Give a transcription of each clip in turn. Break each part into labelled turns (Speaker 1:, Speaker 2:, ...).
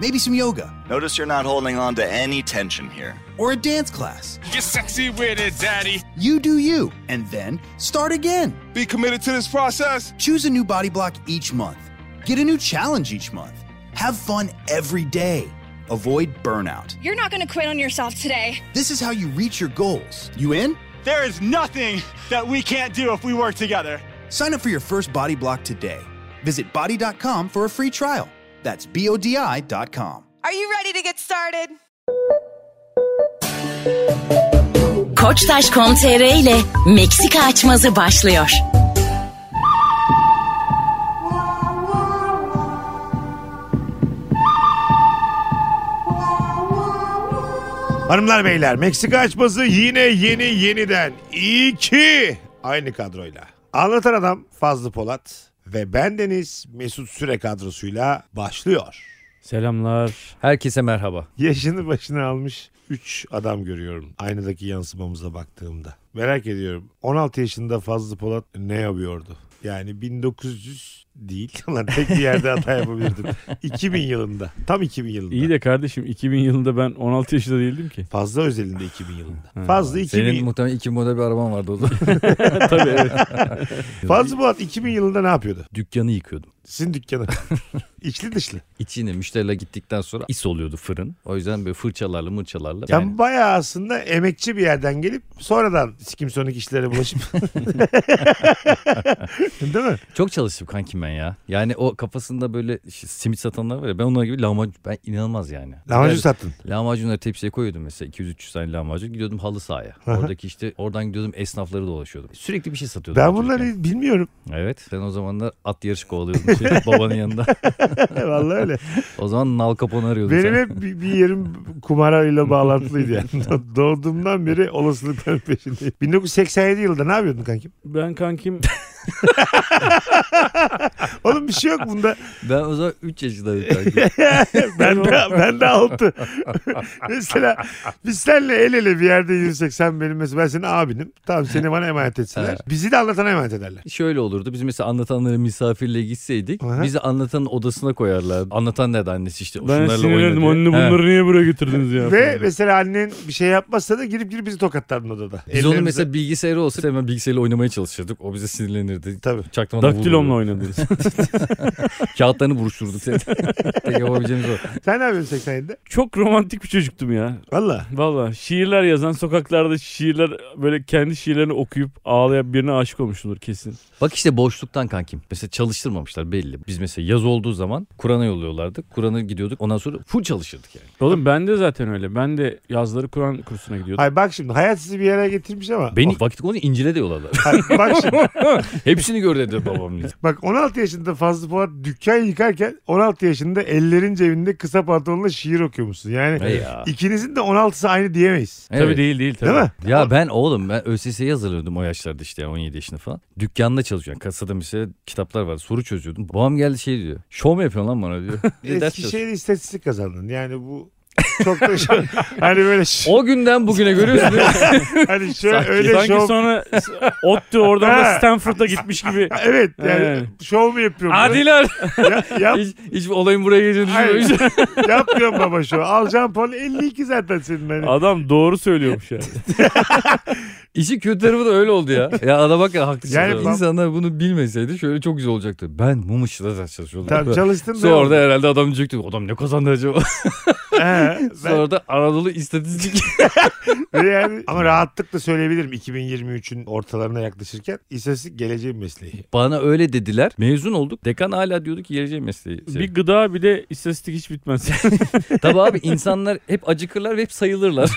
Speaker 1: Maybe some yoga,
Speaker 2: Notice you're not holding on to any tension here.
Speaker 1: or a dance class.
Speaker 3: Get sexy with it, daddy.
Speaker 1: You do you, and then start again.
Speaker 3: Be committed to this process.
Speaker 1: Choose a new body block each month. Get a new challenge each month. Have fun every day. Avoid burnout.
Speaker 4: You're not gonna quit on yourself today.
Speaker 1: This is how you reach your goals. You in?
Speaker 5: There is nothing that we can't do if we work together.
Speaker 1: Sign up for your first body block today. Visit body.com for a free trial. That's B O D I.com.
Speaker 6: Are you ready to get started?
Speaker 7: Koçtaş.com.tr ile Meksika açmazı başlıyor.
Speaker 8: Hanımlar beyler Meksika açması yine yeni yeniden iki aynı kadroyla. Anlatan adam Fazlı Polat ve bendeniz Mesut Süre kadrosuyla başlıyor.
Speaker 9: Selamlar. Herkese merhaba.
Speaker 8: Yaşını başına almış 3 adam görüyorum aynadaki yansımamıza baktığımda. Merak ediyorum 16 yaşında Fazlı Polat ne yapıyordu? Yani 1900 değil. Lan tek bir yerde hata yapabilirdim. 2000 yılında. Tam 2000 yılında.
Speaker 9: İyi de kardeşim 2000 yılında ben 16 yaşında değildim ki.
Speaker 8: Fazla özelinde 2000 yılında. Fazla 2000
Speaker 5: Senin muhtemelen iki moda bir araban vardı o zaman.
Speaker 9: Tabii evet.
Speaker 8: Fazlı Polat 2000 yılında ne yapıyordu?
Speaker 5: Dükkanı yıkıyordum.
Speaker 8: Sizin dükkanı. İçli dışlı.
Speaker 5: İçine müşteriler gittikten sonra is oluyordu fırın. O yüzden böyle fırçalarla mırçalarla.
Speaker 8: Sen bayağı aslında emekçi bir yerden gelip sonradan sikim sonik işlere bulaşıp. Değil mi?
Speaker 5: Çok çalıştım kankim ben ya. Yani o kafasında böyle ş- simit satanlar var ya ben onlar gibi lahmacun ben inanılmaz yani.
Speaker 8: Lahmacun
Speaker 5: Ben
Speaker 8: sattın.
Speaker 5: Lahmacunları tepsiye koyuyordum mesela 200-300 tane lahmacun gidiyordum halı sahaya. Oradaki işte oradan gidiyordum esnafları dolaşıyordum. Sürekli bir şey satıyordum.
Speaker 8: Ben
Speaker 5: otururken.
Speaker 8: bunları bilmiyorum.
Speaker 5: Evet ben o zamanlar at yarışı kovalıyordum sürekli babanın yanında.
Speaker 8: Vallahi öyle.
Speaker 5: O zaman Nal Capone arıyordum.
Speaker 8: Benim
Speaker 5: sen.
Speaker 8: hep bir, bir yerim kumarayla bağlantılıydı yani. Doğduğumdan beri olasılıkların peşindeyim. 1987 yılında ne yapıyordun kankim?
Speaker 9: Ben kankim
Speaker 8: Oğlum bir şey yok bunda.
Speaker 5: Ben o zaman 3 yaşındaydım kankim.
Speaker 8: ben de ben de altı. mesela biz seninle el ele bir yerde yürüsek sen benim mesela ben senin abinim. Tamam seni bana emanet etsinler. Bizi de anlatana emanet ederler.
Speaker 5: Şöyle olurdu. Biz mesela anlatanların misafirle gitseydik
Speaker 8: Aha.
Speaker 5: bizi anlatanın odasına koyarlar. Anlatan nerede annesi işte.
Speaker 9: ben
Speaker 5: şunlarla
Speaker 9: sinirlendim.
Speaker 5: oynadı.
Speaker 9: Anne
Speaker 5: He.
Speaker 9: bunları niye buraya getirdiniz ya?
Speaker 8: Ve
Speaker 9: falan.
Speaker 8: mesela annen bir şey yapmazsa da girip girip bizi tokatlardın odada.
Speaker 5: Biz onun
Speaker 8: Ellerimize-
Speaker 5: mesela bilgisayarı olsa hemen bilgisayarla oynamaya çalışırdık. O bize sinirlenirdi.
Speaker 8: Tabii.
Speaker 5: Çaktırmadan
Speaker 9: Daktilomla
Speaker 5: vururdu.
Speaker 9: oynadınız.
Speaker 5: Kağıtlarını vuruşturduk. Tek yapabileceğimiz o.
Speaker 8: Sen ne yapıyorsun 87'de?
Speaker 9: Çok romantik bir çocuktum ya.
Speaker 8: Valla.
Speaker 9: Valla şiirler yazan sokaklarda şiirler böyle kendi şiirlerini okuyup ağlayan birine aşık olmuşumdur kesin.
Speaker 5: Bak işte boşluktan kankim. Mesela çalıştırmamışlar belli. Biz mesela yaz olduğu zaman Kur'an'a yolluyorlardık. Kur'an'a gidiyorduk. Ondan sonra full çalışırdık yani.
Speaker 9: Oğlum ben de zaten öyle. Ben de yazları Kur'an kursuna gidiyordum.
Speaker 8: Ay bak şimdi hayat sizi bir yere getirmiş ama.
Speaker 5: Beni vakit konu İncil'e de yolladılar.
Speaker 8: Ay, bak şimdi
Speaker 5: Hepsini gör dedi babam.
Speaker 8: bak 16 yaşında Fazlı Polat dükkan yıkarken 16 yaşında ellerin cebinde kısa pantolonla şiir okuyormuşsun. Yani
Speaker 5: Ne ya?
Speaker 8: ikinizin de 16'sı aynı diyemeyiz.
Speaker 5: Evet.
Speaker 9: Tabii değil değil tabii.
Speaker 8: Değil mi?
Speaker 5: Ya ben oğlum ben ÖSS'ye hazırlıyordum o yaşlarda işte yani 17 yaşında falan. Dükkanda çalışıyorum. Kasada mesela kitaplar var. Soru çözüyordum. Babam geldi şey diyor. Şov mu yapıyorsun lan bana diyor. Bir de ders çalışıyor.
Speaker 8: Eskişehir istatistik kazandın. Yani bu çok da şov- hani böyle ş-
Speaker 5: O günden bugüne görüyorsun değil mi?
Speaker 8: hani şöyle
Speaker 5: Sanki-
Speaker 8: öyle
Speaker 9: Sanki
Speaker 8: şov.
Speaker 9: sonra ODTÜ oradan da
Speaker 8: Ha.
Speaker 9: Stanford'a gitmiş gibi.
Speaker 8: Evet yani
Speaker 9: Evet.
Speaker 8: şov mu yapıyorum?
Speaker 5: Adiler.
Speaker 8: Ya, yap,
Speaker 5: hiç, hiç olayın buraya geleceğini
Speaker 8: Hayır.
Speaker 5: düşünmemiş.
Speaker 8: yapmıyorum baba şov. Alacağım puan 52 zaten senin. Hani.
Speaker 9: Adam doğru söylüyormuş yani.
Speaker 5: İşi kötü tarafı da öyle oldu ya. Ya adam bak ya haklısın.
Speaker 8: Yani bab-
Speaker 5: İnsanlar bunu bilmeseydi şöyle çok güzel olacaktı. Ben mum ışığında ders çalışıyordum.
Speaker 8: Tamam çalıştın da.
Speaker 5: Sonra da herhalde adam diyecekti. Adam ne kazandı acaba?
Speaker 8: He, ben-
Speaker 5: Sonra da Anadolu İstatistik
Speaker 8: Ve yani, ama rahatlıkla söyleyebilirim 2023'ün ortalarına yaklaşırken istatistik geleceğin mesleği.
Speaker 5: Bana öyle dediler. Mezun olduk. Dekan hala diyordu ki geleceğim mesleği. Şey.
Speaker 9: Bir gıda bir de istatistik hiç bitmez.
Speaker 5: Tabii abi insanlar hep acıkırlar ve hep sayılırlar.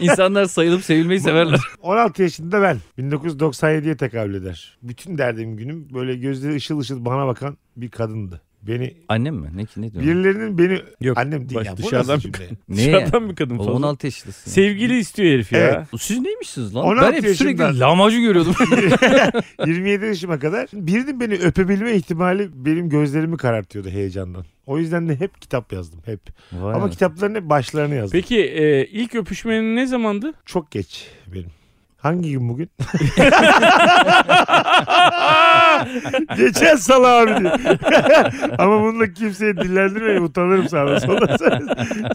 Speaker 5: insanlar sayılıp sevilmeyi severler.
Speaker 8: 16 yaşında ben 1997'ye tekabül eder. Bütün derdim günüm böyle gözleri ışıl ışıl bana bakan bir kadındı. Beni
Speaker 5: Annem mi? Ne ki ne diyor?
Speaker 8: birilerinin beni
Speaker 9: Yok,
Speaker 8: annem değil
Speaker 9: baş-
Speaker 8: ya. Bu
Speaker 9: dışarıdan
Speaker 8: nasıl
Speaker 9: bir-
Speaker 8: cümle?
Speaker 5: Neye?
Speaker 9: Dışarıdan bir kadın
Speaker 5: Oğlum
Speaker 9: fazla.
Speaker 5: 16 yaşındasın.
Speaker 9: Sevgili istiyor herif ya.
Speaker 8: Evet.
Speaker 5: Siz neymişsiniz lan?
Speaker 8: 16
Speaker 5: Ben hep sürekli
Speaker 8: yaşında-
Speaker 5: lahmacun görüyordum.
Speaker 8: 27 yaşıma kadar birinin beni öpebilme ihtimali benim gözlerimi karartıyordu heyecandan. O yüzden de hep kitap yazdım hep.
Speaker 5: Vay
Speaker 8: Ama
Speaker 5: be.
Speaker 8: kitapların hep başlarını yazdım.
Speaker 9: Peki e, ilk öpüşmenin ne zamandı?
Speaker 8: Çok geç benim. Hangi gün bugün? Geçen salı abi diyor. Ama bununla kimseye dillendirmeyin utanırım sağda solda.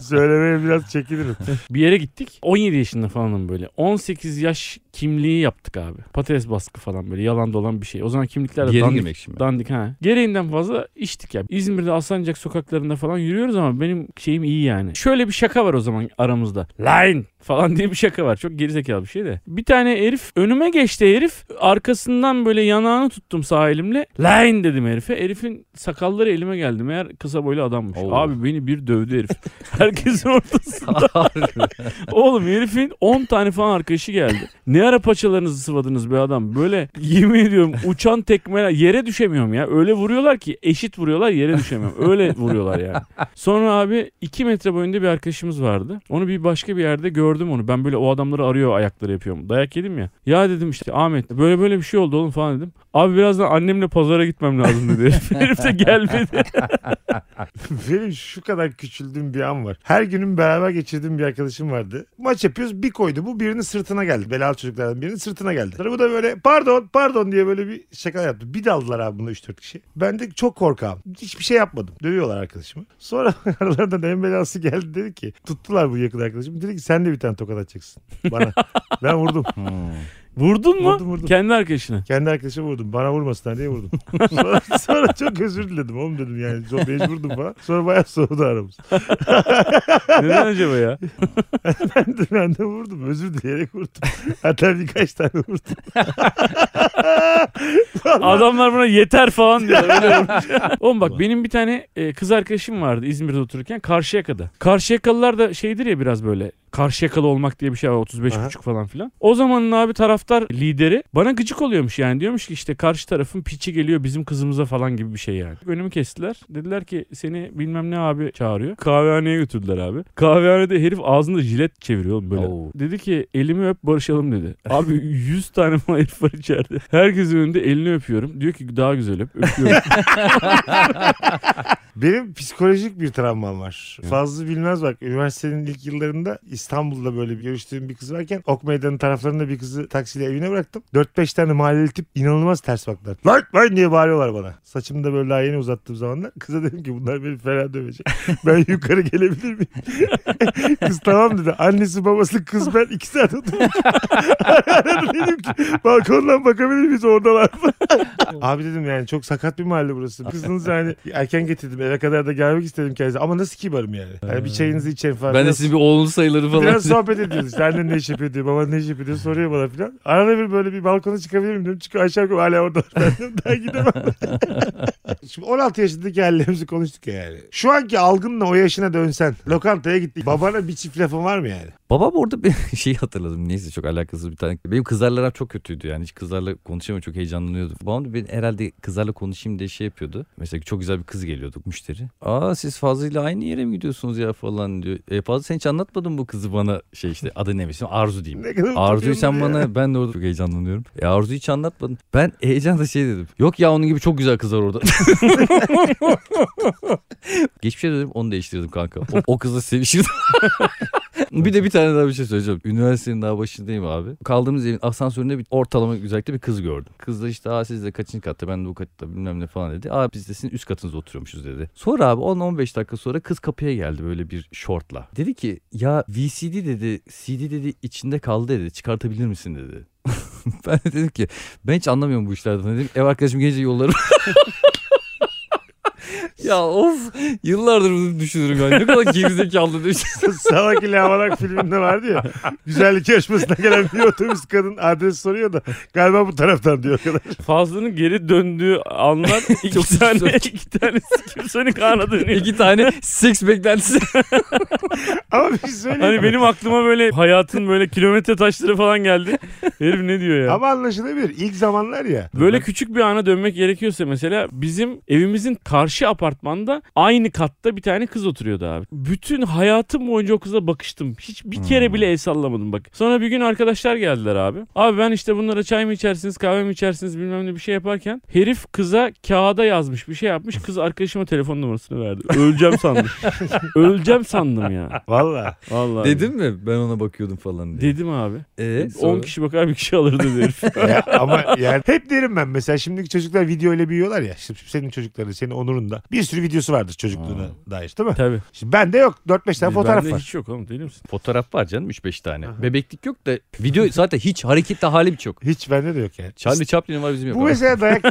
Speaker 8: Söylemeye biraz çekinirim.
Speaker 9: Bir yere gittik. 17 yaşında falanım böyle. 18 yaş kimliği yaptık abi. Patates baskı falan böyle yalan dolan bir şey. O zaman kimlikler de
Speaker 5: Geri
Speaker 9: dandik.
Speaker 5: girmek şimdi.
Speaker 9: Dandik ha. Gereğinden fazla içtik ya. İzmir'de Alsancak sokaklarında falan yürüyoruz ama benim şeyim iyi yani. Şöyle bir şaka var o zaman aramızda. Line falan diye bir şaka var. Çok gerizekalı bir şey de. Bir tane herif önüme geçti herif. Arkasından böyle yanağını tuttum sağ elimle. Line dedim herife. Herifin sakalları elime geldi. Meğer kısa boylu adammış.
Speaker 5: Oo.
Speaker 9: Abi beni bir dövdü herif. Herkesin ortasında. Oğlum herifin 10 tane falan arkadaşı geldi. Ne ara paçalarınızı sıvadınız be adam. Böyle yemin ediyorum uçan tekmeler yere düşemiyorum ya. Öyle vuruyorlar ki eşit vuruyorlar yere düşemiyorum. Öyle vuruyorlar yani. Sonra abi 2 metre boyunda bir arkadaşımız vardı. Onu bir başka bir yerde gördüm onu. Ben böyle o adamları arıyor ayakları yapıyorum. Dayak yedim ya. Ya dedim işte Ahmet böyle böyle bir şey oldu oğlum falan dedim. Abi birazdan annemle pazara gitmem lazım dedi. herif. herif de gelmedi.
Speaker 8: Benim şu kadar küçüldüğüm bir an var. Her günüm beraber geçirdiğim bir arkadaşım vardı. Maç yapıyoruz bir koydu. Bu birinin sırtına geldi. Belalı çocuklardan birinin sırtına geldi. Sonra bu da böyle pardon pardon diye böyle bir şaka yaptı. Bir daldılar abi bunu 3-4 kişi. Ben de çok korkağım. Hiçbir şey yapmadım. Dövüyorlar arkadaşımı. Sonra aralarından en belası geldi dedi ki tuttular bu yakın arkadaşımı. Dedi ki sen de bir tane tokat atacaksın bana. ben vurdum.
Speaker 9: Vurdun mu?
Speaker 8: Vurdum, vurdum.
Speaker 9: Kendi arkadaşına.
Speaker 8: Kendi arkadaşıma vurdum. Bana vurmasınlar diye vurdum. Sonra, sonra çok özür diledim oğlum dedim yani. Çok mecburdum falan. Sonra bayağı soğudu aramız.
Speaker 9: Neden acaba ya?
Speaker 8: Ben de vurdum. Özür dileyerek vurdum. Hatta birkaç tane vurdum.
Speaker 9: Adamlar buna yeter falan diyor. Öyle olmuş. Oğlum bak benim bir tane e, kız arkadaşım vardı İzmir'de otururken Karşıyaka'da. Karşıyakalılar da şeydir ya biraz böyle Karşıyakalı olmak diye bir şey var 35
Speaker 8: Aha.
Speaker 9: buçuk falan filan. O zamanın abi taraftar lideri bana gıcık oluyormuş yani diyormuş ki işte karşı tarafın piçi geliyor bizim kızımıza falan gibi bir şey yani. Önümü kestiler. Dediler ki seni bilmem ne abi çağırıyor. Kahvehaneye götürdüler abi. Kahvehanede herif ağzında jilet çeviriyor oğlum böyle.
Speaker 5: Oo.
Speaker 9: Dedi ki elimi öp barışalım dedi. Abi 100 tane falan herif var içeride. Herkesin önünde elini öpüyorum. Diyor ki daha güzel öp. Öpüyorum.
Speaker 8: Benim psikolojik bir travmam var. Fazla bilmez bak. Üniversitenin ilk yıllarında İstanbul'da böyle bir görüştüğüm bir kız varken Ok Meydanı taraflarında bir kızı taksiyle evine bıraktım. 4-5 tane mahalleli tip inanılmaz ters baktılar. Lan lan diye bağırıyorlar bana. Saçımı da böyle daha yeni uzattığım zamanlar. Kıza dedim ki bunlar beni fena dövecek. Ben yukarı gelebilir miyim? Kız tamam dedi. Annesi babası kız ben iki saat oturdum. Aradım dedim ki balkondan bakabilir miyiz oradalar mı? Abi dedim yani çok sakat bir mahalle burası. Kızınız yani erken getirdim eve kadar da gelmek istedim kendisi. Ama nasıl kibarım yani. Hani bir çayınızı için falan.
Speaker 5: ben de
Speaker 8: Biraz-
Speaker 5: sizin bir oğlun sayıları falan.
Speaker 8: Biraz sohbet ediyoruz. İşte annen ne iş yapıyor diyor. Baban ne iş yapıyor diyor. Soruyor bana filan. Arada bir böyle bir balkona çıkabilir miyim diyorum. Çıkıyor aşağı yukarı hala orada. Ben diyorum, daha gidemem. Şimdi 16 yaşındaki hallerimizi konuştuk ya yani. Şu anki algınla o yaşına dönsen. Lokantaya gittik. Babana bir çift lafın var mı yani?
Speaker 5: Baba bu arada bir şey hatırladım. Neyse çok alakasız bir tane. Benim kızlarla aram çok kötüydü yani. Hiç kızlarla konuşamıyor çok heyecanlanıyordu. Babam da ben herhalde kızlarla konuşayım diye şey yapıyordu. Mesela çok güzel bir kız geliyordu müşteri. Aa siz Fazlı'yla aynı yere mi gidiyorsunuz ya falan diyor. E Fazlı sen hiç anlatmadın bu kızı bana şey işte adı ne bilsin Arzu diyeyim.
Speaker 8: Ne kadar utanıyordur
Speaker 5: Arzu'yu sen
Speaker 8: ya.
Speaker 5: bana ben de orada çok heyecanlanıyorum. E Arzu hiç anlatmadın. Ben heyecanla şey dedim. Yok ya onun gibi çok güzel kızlar orada. Geçmiş şey dedim onu değiştirdim kanka. O, o kızla sevişirdim. bir de bir tane daha bir şey söyleyeceğim. Üniversitenin daha başındayım abi. Kaldığımız evin asansöründe bir ortalama güzellikte bir kız gördüm. Kız da işte aa siz de kaçıncı katta ben de bu katta bilmem ne falan dedi. Aa biz de sizin üst katınızda oturuyormuşuz dedi. Sonra abi 10-15 dakika sonra kız kapıya geldi böyle bir şortla. Dedi ki ya VCD dedi CD dedi içinde kaldı dedi çıkartabilir misin dedi. ben de dedim ki ben hiç anlamıyorum bu işlerden dedim. Ev arkadaşım gelince yollarım. ya of yıllardır bunu düşünürüm ben. Ne kadar gerizekalı demiş.
Speaker 8: Salak ile Havanak filminde vardı ya. Güzellik yarışmasına gelen bir otobüs kadın adres soruyor da galiba bu taraftan diyor o kadar.
Speaker 9: Fazlının geri döndüğü anlar iki tane iki tane kimsenin kanına dönüyor.
Speaker 5: İki tane seks beklentisi.
Speaker 8: Ama bir şey söyleyeyim.
Speaker 9: Hani
Speaker 8: mi?
Speaker 9: benim aklıma böyle hayatın böyle kilometre taşları falan geldi. Herif ne diyor ya?
Speaker 8: Ama anlaşılabilir. İlk zamanlar ya.
Speaker 9: Böyle küçük bir ana dönmek gerekiyorsa mesela bizim evimizin karşı apartmanda aynı katta bir tane kız oturuyordu abi. Bütün hayatım boyunca o kıza bakıştım. Hiç bir
Speaker 5: Hmm.
Speaker 9: kere bile el sallamadım bak. Sonra bir gün arkadaşlar geldiler abi. Abi ben işte bunlara çay mı içersiniz kahve mi içersiniz bilmem ne bir şey yaparken herif kıza kağıda yazmış bir şey yapmış. Kız arkadaşıma telefon numarasını verdi. Öleceğim sandım. Öleceğim sandım ya.
Speaker 8: Valla.
Speaker 9: Vallahi.
Speaker 5: Dedim mi ben ona bakıyordum falan diye.
Speaker 9: Dedim abi.
Speaker 5: Ee,
Speaker 9: 10
Speaker 5: sonra-
Speaker 9: kişi bakar bir kişi alır dedi herif.
Speaker 8: Ya ama yani hep derim ben mesela şimdiki çocuklar video ile büyüyorlar ya. Şimdi senin çocukların, senin Onur'un da bir sürü videosu vardır çocukluğuna dair değil mi?
Speaker 9: Tabii.
Speaker 8: Şimdi bende yok. 4-5 tane fotoğraf
Speaker 9: Bende
Speaker 8: var.
Speaker 9: hiç yok oğlum deli misin?
Speaker 5: Fotoğraf var canım 3-5 tane. Bebeklik yok da video zaten hiç hareketli halim hiç yok.
Speaker 8: Hiç bende de yok yani.
Speaker 5: Charlie Chaplin var bizim yok.
Speaker 8: Bu mesela dayak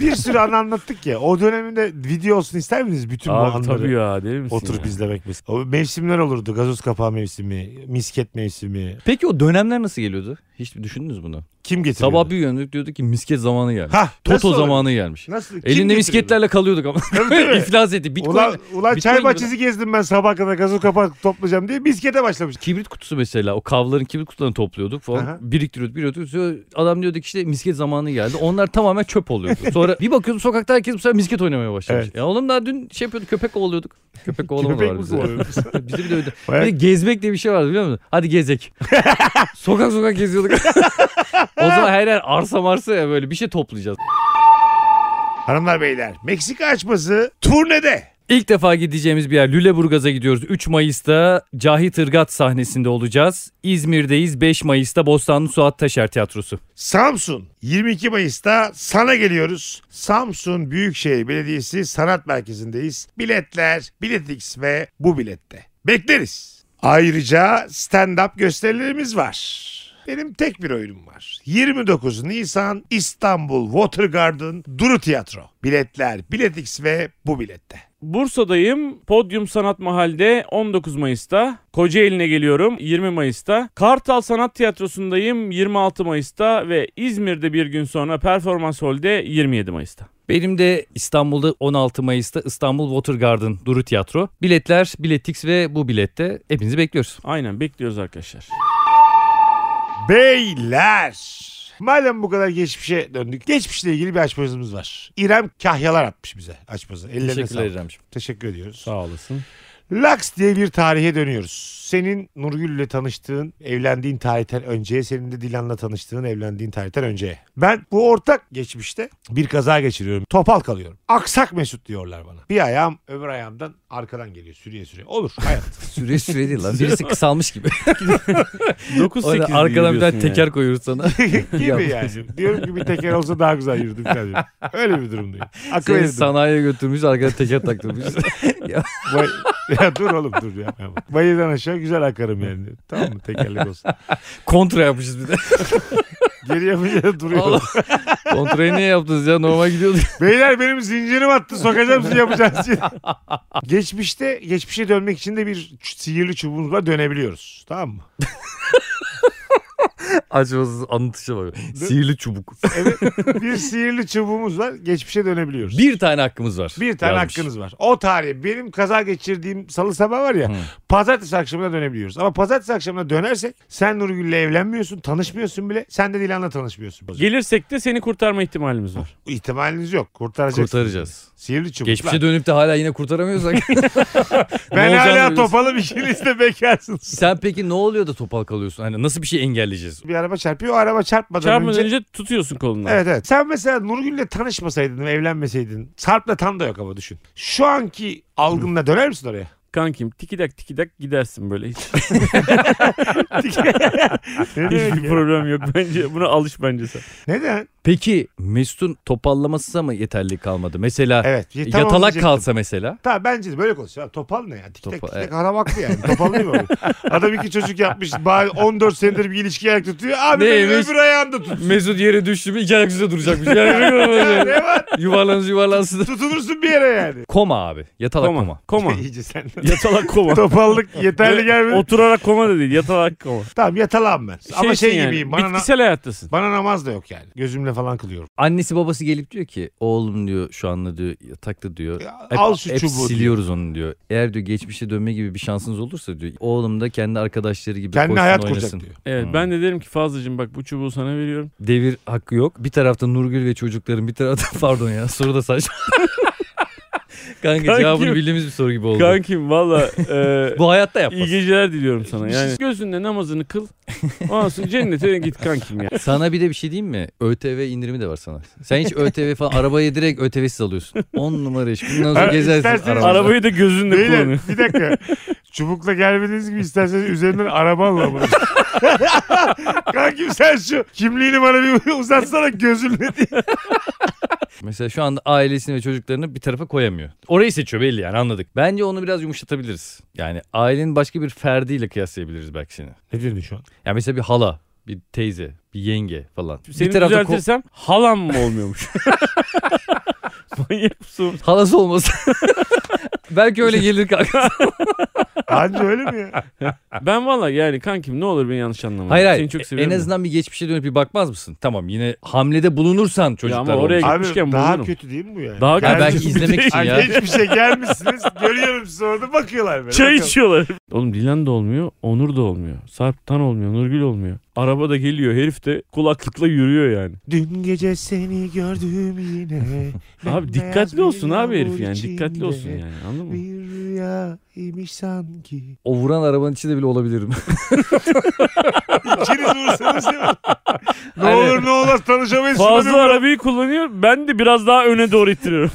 Speaker 8: bir sürü anı anlattık ya. O döneminde video olsun ister miydiniz bütün bu
Speaker 9: Abi
Speaker 8: anları?
Speaker 9: tabii ya deli misin?
Speaker 8: Oturup
Speaker 9: ya?
Speaker 8: izlemek mesela. O mevsimler olurdu. Gazoz kapağı mevsimi, misket mevsimi.
Speaker 5: Peki o dönemler nasıl geliyordu? Hiç düşündünüz bunu?
Speaker 8: Kim getiriyordu?
Speaker 5: Sabah bir uyanıyorduk diyordu ki misket zamanı gelmiş.
Speaker 8: Hah,
Speaker 5: Toto
Speaker 8: nasıl olur?
Speaker 5: zamanı gelmiş.
Speaker 8: Nasıl? Kim
Speaker 5: Elinde
Speaker 8: getiriyordu?
Speaker 5: misketlerle kalıyorduk ama.
Speaker 8: tabii.
Speaker 5: İflas etti. Bitcoin,
Speaker 8: Ulan, ulan
Speaker 5: Bitcoin
Speaker 8: çay
Speaker 5: gibi-
Speaker 8: bahçesi gezdim ben sabah kadar gazoz kapağı toplayacağım diye miskete başlamış.
Speaker 5: Kibrit kutusu mesela o kavların kibrit kutularını topluyorduk falan
Speaker 8: Aha.
Speaker 5: biriktiriyorduk biriktiriyorduk Sonra adam diyorduk işte misket zamanı geldi onlar tamamen çöp oluyordu. Sonra bir bakıyordum sokakta herkes bu sefer misket oynamaya başlamış.
Speaker 8: Evet.
Speaker 5: Ya oğlum daha dün şey yapıyorduk köpek kovalıyorduk. Köpek kovalama
Speaker 8: Köpek
Speaker 5: var
Speaker 8: mi
Speaker 5: bize.
Speaker 8: kovalıyormuş?
Speaker 5: Bizi bir de öyle- Bir
Speaker 8: Bayağı-
Speaker 5: de gezmek diye bir şey vardı biliyor musun? Hadi gezek. sokak sokak geziyorduk. o zaman her yer arsa marsa ya böyle bir şey toplayacağız.
Speaker 8: Hanımlar beyler Meksika açması turnede.
Speaker 5: İlk defa gideceğimiz bir yer Lüleburgaz'a gidiyoruz. 3 Mayıs'ta Cahit Irgat sahnesinde olacağız. İzmir'deyiz 5 Mayıs'ta Bostanlı Suat Taşer Tiyatrosu.
Speaker 8: Samsun 22 Mayıs'ta sana geliyoruz. Samsun Büyükşehir Belediyesi Sanat Merkezi'ndeyiz. Biletler Biletix ve bu bilette. Bekleriz. Ayrıca stand-up gösterilerimiz var. Benim tek bir oyunum var. 29 Nisan İstanbul Water Garden Duru Tiyatro. Biletler Biletix ve bu bilette.
Speaker 9: Bursa'dayım. Podyum Sanat Mahal'de 19 Mayıs'ta. Kocaeli'ne geliyorum 20 Mayıs'ta. Kartal Sanat Tiyatrosu'ndayım 26 Mayıs'ta ve İzmir'de bir gün sonra Performans Hall'de 27 Mayıs'ta.
Speaker 5: Benim de İstanbul'da 16 Mayıs'ta İstanbul Water Garden Duru Tiyatro. Biletler, Biletix ve bu bilette hepinizi bekliyoruz.
Speaker 9: Aynen bekliyoruz arkadaşlar.
Speaker 8: Beyler. Madem bu kadar geçmişe döndük. Geçmişle ilgili bir açmazımız var. İrem Kahyalar atmış bize açmazı. Ellerine
Speaker 5: Teşekkürler
Speaker 8: sağlık.
Speaker 5: İremciğim.
Speaker 8: Teşekkür ediyoruz.
Speaker 9: Sağ olasın.
Speaker 8: Laks diye bir tarihe dönüyoruz. Senin Nurgül'le tanıştığın, evlendiğin tarihten önce, senin de Dilan'la tanıştığın, evlendiğin tarihten önce. Ben bu ortak geçmişte bir kaza geçiriyorum. Topal kalıyorum. Aksak Mesut diyorlar bana. Bir ayağım öbür ayağımdan arkadan geliyor sürüye sürüye. Olur hayat.
Speaker 5: Süre süre değil lan. Birisi kısalmış gibi.
Speaker 9: 9 8
Speaker 5: Arkadan bir tane teker koyuyoruz sana.
Speaker 8: gibi yani. Diyorum ki bir teker olsa daha güzel yürüdüm. falan diyorum. Öyle bir durumdayım. Akıl
Speaker 5: Seni
Speaker 8: edildim.
Speaker 5: sanayiye götürmüş arkadan teker taktırmış.
Speaker 8: Bay- ya dur oğlum dur ya. Bayırdan aşağı güzel akarım yani. Tamam mı tekerlek olsun.
Speaker 5: Kontra yapmışız bir de.
Speaker 8: Geri yapınca duruyor.
Speaker 5: Allah. Kontrayı niye yaptınız ya? Normal gidiyorduk.
Speaker 8: Beyler benim zincirim attı sokacağım sizi yapacağız diye. Geçmişte geçmişe dönmek için de bir ç- sihirli çubuğumuzla dönebiliyoruz. Tamam mı?
Speaker 5: Acımasız anlatışa bak. Sihirli çubuk.
Speaker 8: Evet bir sihirli çubuğumuz var geçmişe dönebiliyoruz.
Speaker 5: Bir tane hakkımız var.
Speaker 8: Bir tane
Speaker 5: Yazmış.
Speaker 8: hakkınız var. O tarih benim kaza geçirdiğim salı sabah var ya pazartesi akşamına dönebiliyoruz. Ama pazartesi akşamına dönersek sen Nurgül'le evlenmiyorsun tanışmıyorsun bile sen de Dilan'la tanışmıyorsun.
Speaker 9: Gelirsek de seni kurtarma ihtimalimiz var.
Speaker 8: İhtimaliniz yok kurtaracaksınız.
Speaker 5: Kurtaracağız.
Speaker 8: Sihirli çubuklar.
Speaker 5: Geçmişe dönüp de hala yine kurtaramıyorsak.
Speaker 8: ben
Speaker 5: Ne olacağını
Speaker 8: hala
Speaker 5: bilmiyorsun.
Speaker 8: topalım ikiniz de bekarsınız.
Speaker 5: Sen peki ne oluyor da topal kalıyorsun? Hani nasıl bir şey engelleyeceğiz?
Speaker 8: Bir araba çarpıyor. O araba çarpmadan,
Speaker 9: Çarpmadan
Speaker 8: önce
Speaker 9: önce tutuyorsun kolundan.
Speaker 8: Evet evet. Sen mesela Nurgül'le tanışmasaydın, evlenmeseydin. Sarp'la tam da yok ama düşün. Şu anki algınla döner misin oraya?
Speaker 9: Kankim tikidak tikidak gidersin böyle. Hiç,
Speaker 8: Ne demek
Speaker 9: hiçbir
Speaker 8: ya?
Speaker 9: problem yok bence. Buna alış bence sen.
Speaker 8: Neden?
Speaker 5: Peki Mesut'un topallaması da mı yeterli kalmadı? Mesela
Speaker 8: Evet. ya tam onu
Speaker 5: yatalak
Speaker 8: diyecektim.
Speaker 5: kalsa mesela.
Speaker 8: Tamam bence de böyle konuşuyor. Abi Topal ne ya? Tik tak
Speaker 5: Topal,
Speaker 8: tik tak
Speaker 5: evet.
Speaker 8: adam haklı yani. Topal değil mi oğlum? Adam iki çocuk yapmış. Bari 14 senedir bir ilişki ayak tutuyor. Abi benim
Speaker 5: Neymiş?
Speaker 8: öbür ayağımda tut.
Speaker 5: Mesut yere düştü mü iki ayak üstüne duracakmış.
Speaker 8: Ya ne var?
Speaker 5: yuvarlanız yuvarlansın.
Speaker 8: Tutunursun bir yere yani.
Speaker 5: Koma abi. Yatalak koma.
Speaker 9: Koma. Koma.
Speaker 8: İyice sen.
Speaker 9: Yatalak koma.
Speaker 8: Topallık yeterli gelmedi.
Speaker 9: Oturarak koma da değil yatalak koma.
Speaker 8: Tamam yatalağım ben. Ama
Speaker 9: Şeysin
Speaker 8: şey
Speaker 9: yani,
Speaker 8: gibiyim. Bana, na-
Speaker 9: bitkisel hayattasın.
Speaker 8: bana namaz da yok yani. Gözümle falan kılıyorum.
Speaker 5: Annesi babası gelip diyor ki oğlum diyor şu anda diyor yatakta diyor.
Speaker 8: Ya, al şu
Speaker 5: hep
Speaker 8: çubuğu
Speaker 5: siliyoruz onu diyor. Eğer diyor geçmişe dönme gibi bir şansınız olursa diyor. Oğlum da kendi arkadaşları gibi
Speaker 8: Kendi
Speaker 5: koşsun
Speaker 8: hayat
Speaker 5: oynasın.
Speaker 8: kuracak diyor.
Speaker 9: Evet
Speaker 5: Hmm.
Speaker 9: ben de derim ki Fazlıcığım bak bu çubuğu sana veriyorum.
Speaker 5: Devir hakkı yok. Bir tarafta Nurgül ve çocukların bir tarafta pardon ya soru da saçma. Kanka
Speaker 9: Kankim.
Speaker 5: cevabını bildiğimiz bir soru gibi oldu.
Speaker 9: Kankim valla e,
Speaker 5: Bu hayatta
Speaker 9: iyi
Speaker 5: yapmaz. şey
Speaker 9: geceler diliyorum sana. Yani gözünle namazını kıl. Ondan sonra cennete git kankim ya.
Speaker 5: Sana bir de bir şey diyeyim mi? ÖTV indirimi de var sana. Sen hiç ÖTV falan arabayı direkt ÖTV'siz alıyorsun. 10 numara iş. Bundan sonra
Speaker 8: Ara-
Speaker 5: gezersin
Speaker 8: isterseniz-
Speaker 5: arabayı.
Speaker 9: Arabayı da gözünle kullanıyor.
Speaker 8: Beyler bir dakika. Çubukla gelmediğiniz gibi isterseniz üzerinden araba alın ama. Kankim sen şu kimliğini bana bir uzatsana gözümle diye.
Speaker 5: Mesela şu anda ailesini ve çocuklarını bir tarafa koyamıyor. Orayı seçiyor belli yani anladık. Bence onu biraz yumuşatabiliriz. Yani ailenin başka bir ferdiyle kıyaslayabiliriz belki seni.
Speaker 8: Ne dedin şu an?
Speaker 5: Yani mesela bir hala, bir teyze, bir yenge falan.
Speaker 9: Seni
Speaker 5: bir tarafta ko-
Speaker 9: düzeltirsem halam mı olmuyormuş? Manyak mısın?
Speaker 5: halası olmasa. belki öyle gelir kanka.
Speaker 8: Anca öyle mi ya?
Speaker 9: Ben valla yani kankim ne olur beni yanlış anlama.
Speaker 5: hayır hayır.
Speaker 9: Seni çok
Speaker 5: en
Speaker 9: seviyorum.
Speaker 5: azından bir geçmişe dönüp bir bakmaz mısın? Tamam yine hamlede bulunursan çocuklar
Speaker 9: ama oraya
Speaker 5: olmuş.
Speaker 9: git-
Speaker 8: Abi
Speaker 9: Gitmişken
Speaker 8: daha
Speaker 9: bulurum.
Speaker 8: kötü değil mi bu yani?
Speaker 9: Daha
Speaker 5: Ya
Speaker 9: kötü.
Speaker 8: Gelmiş-
Speaker 5: belki izlemek için
Speaker 8: Ay,
Speaker 5: ya.
Speaker 8: Geçmişe gelmişsiniz. Görüyorum sizi orada bakıyorlar böyle.
Speaker 9: Çay
Speaker 8: Bakalım.
Speaker 9: içiyorlar. Oğlum Dilan da olmuyor, Onur da olmuyor. Sarp'tan olmuyor, Nurgül olmuyor. Araba da geliyor, herif de kulaklıkla yürüyor yani.
Speaker 8: Dün gece seni gördüm yine.
Speaker 9: Abi
Speaker 8: Bembeyaz
Speaker 9: dikkatli
Speaker 8: bir
Speaker 9: olsun abi herif
Speaker 8: yağmur
Speaker 9: yani. Dikkatli
Speaker 8: içinde.
Speaker 9: olsun yani anladın mı?
Speaker 8: Bir rüya imiş sanki.
Speaker 5: O vuran arabanın içinde bile olabilirim.
Speaker 8: İkiniz vursanız ya. Ne
Speaker 5: Hani-
Speaker 8: olur ne olmaz tanışamayız.
Speaker 9: Fazla arabayı kullanıyor. Ben de biraz daha öne doğru ittiriyorum.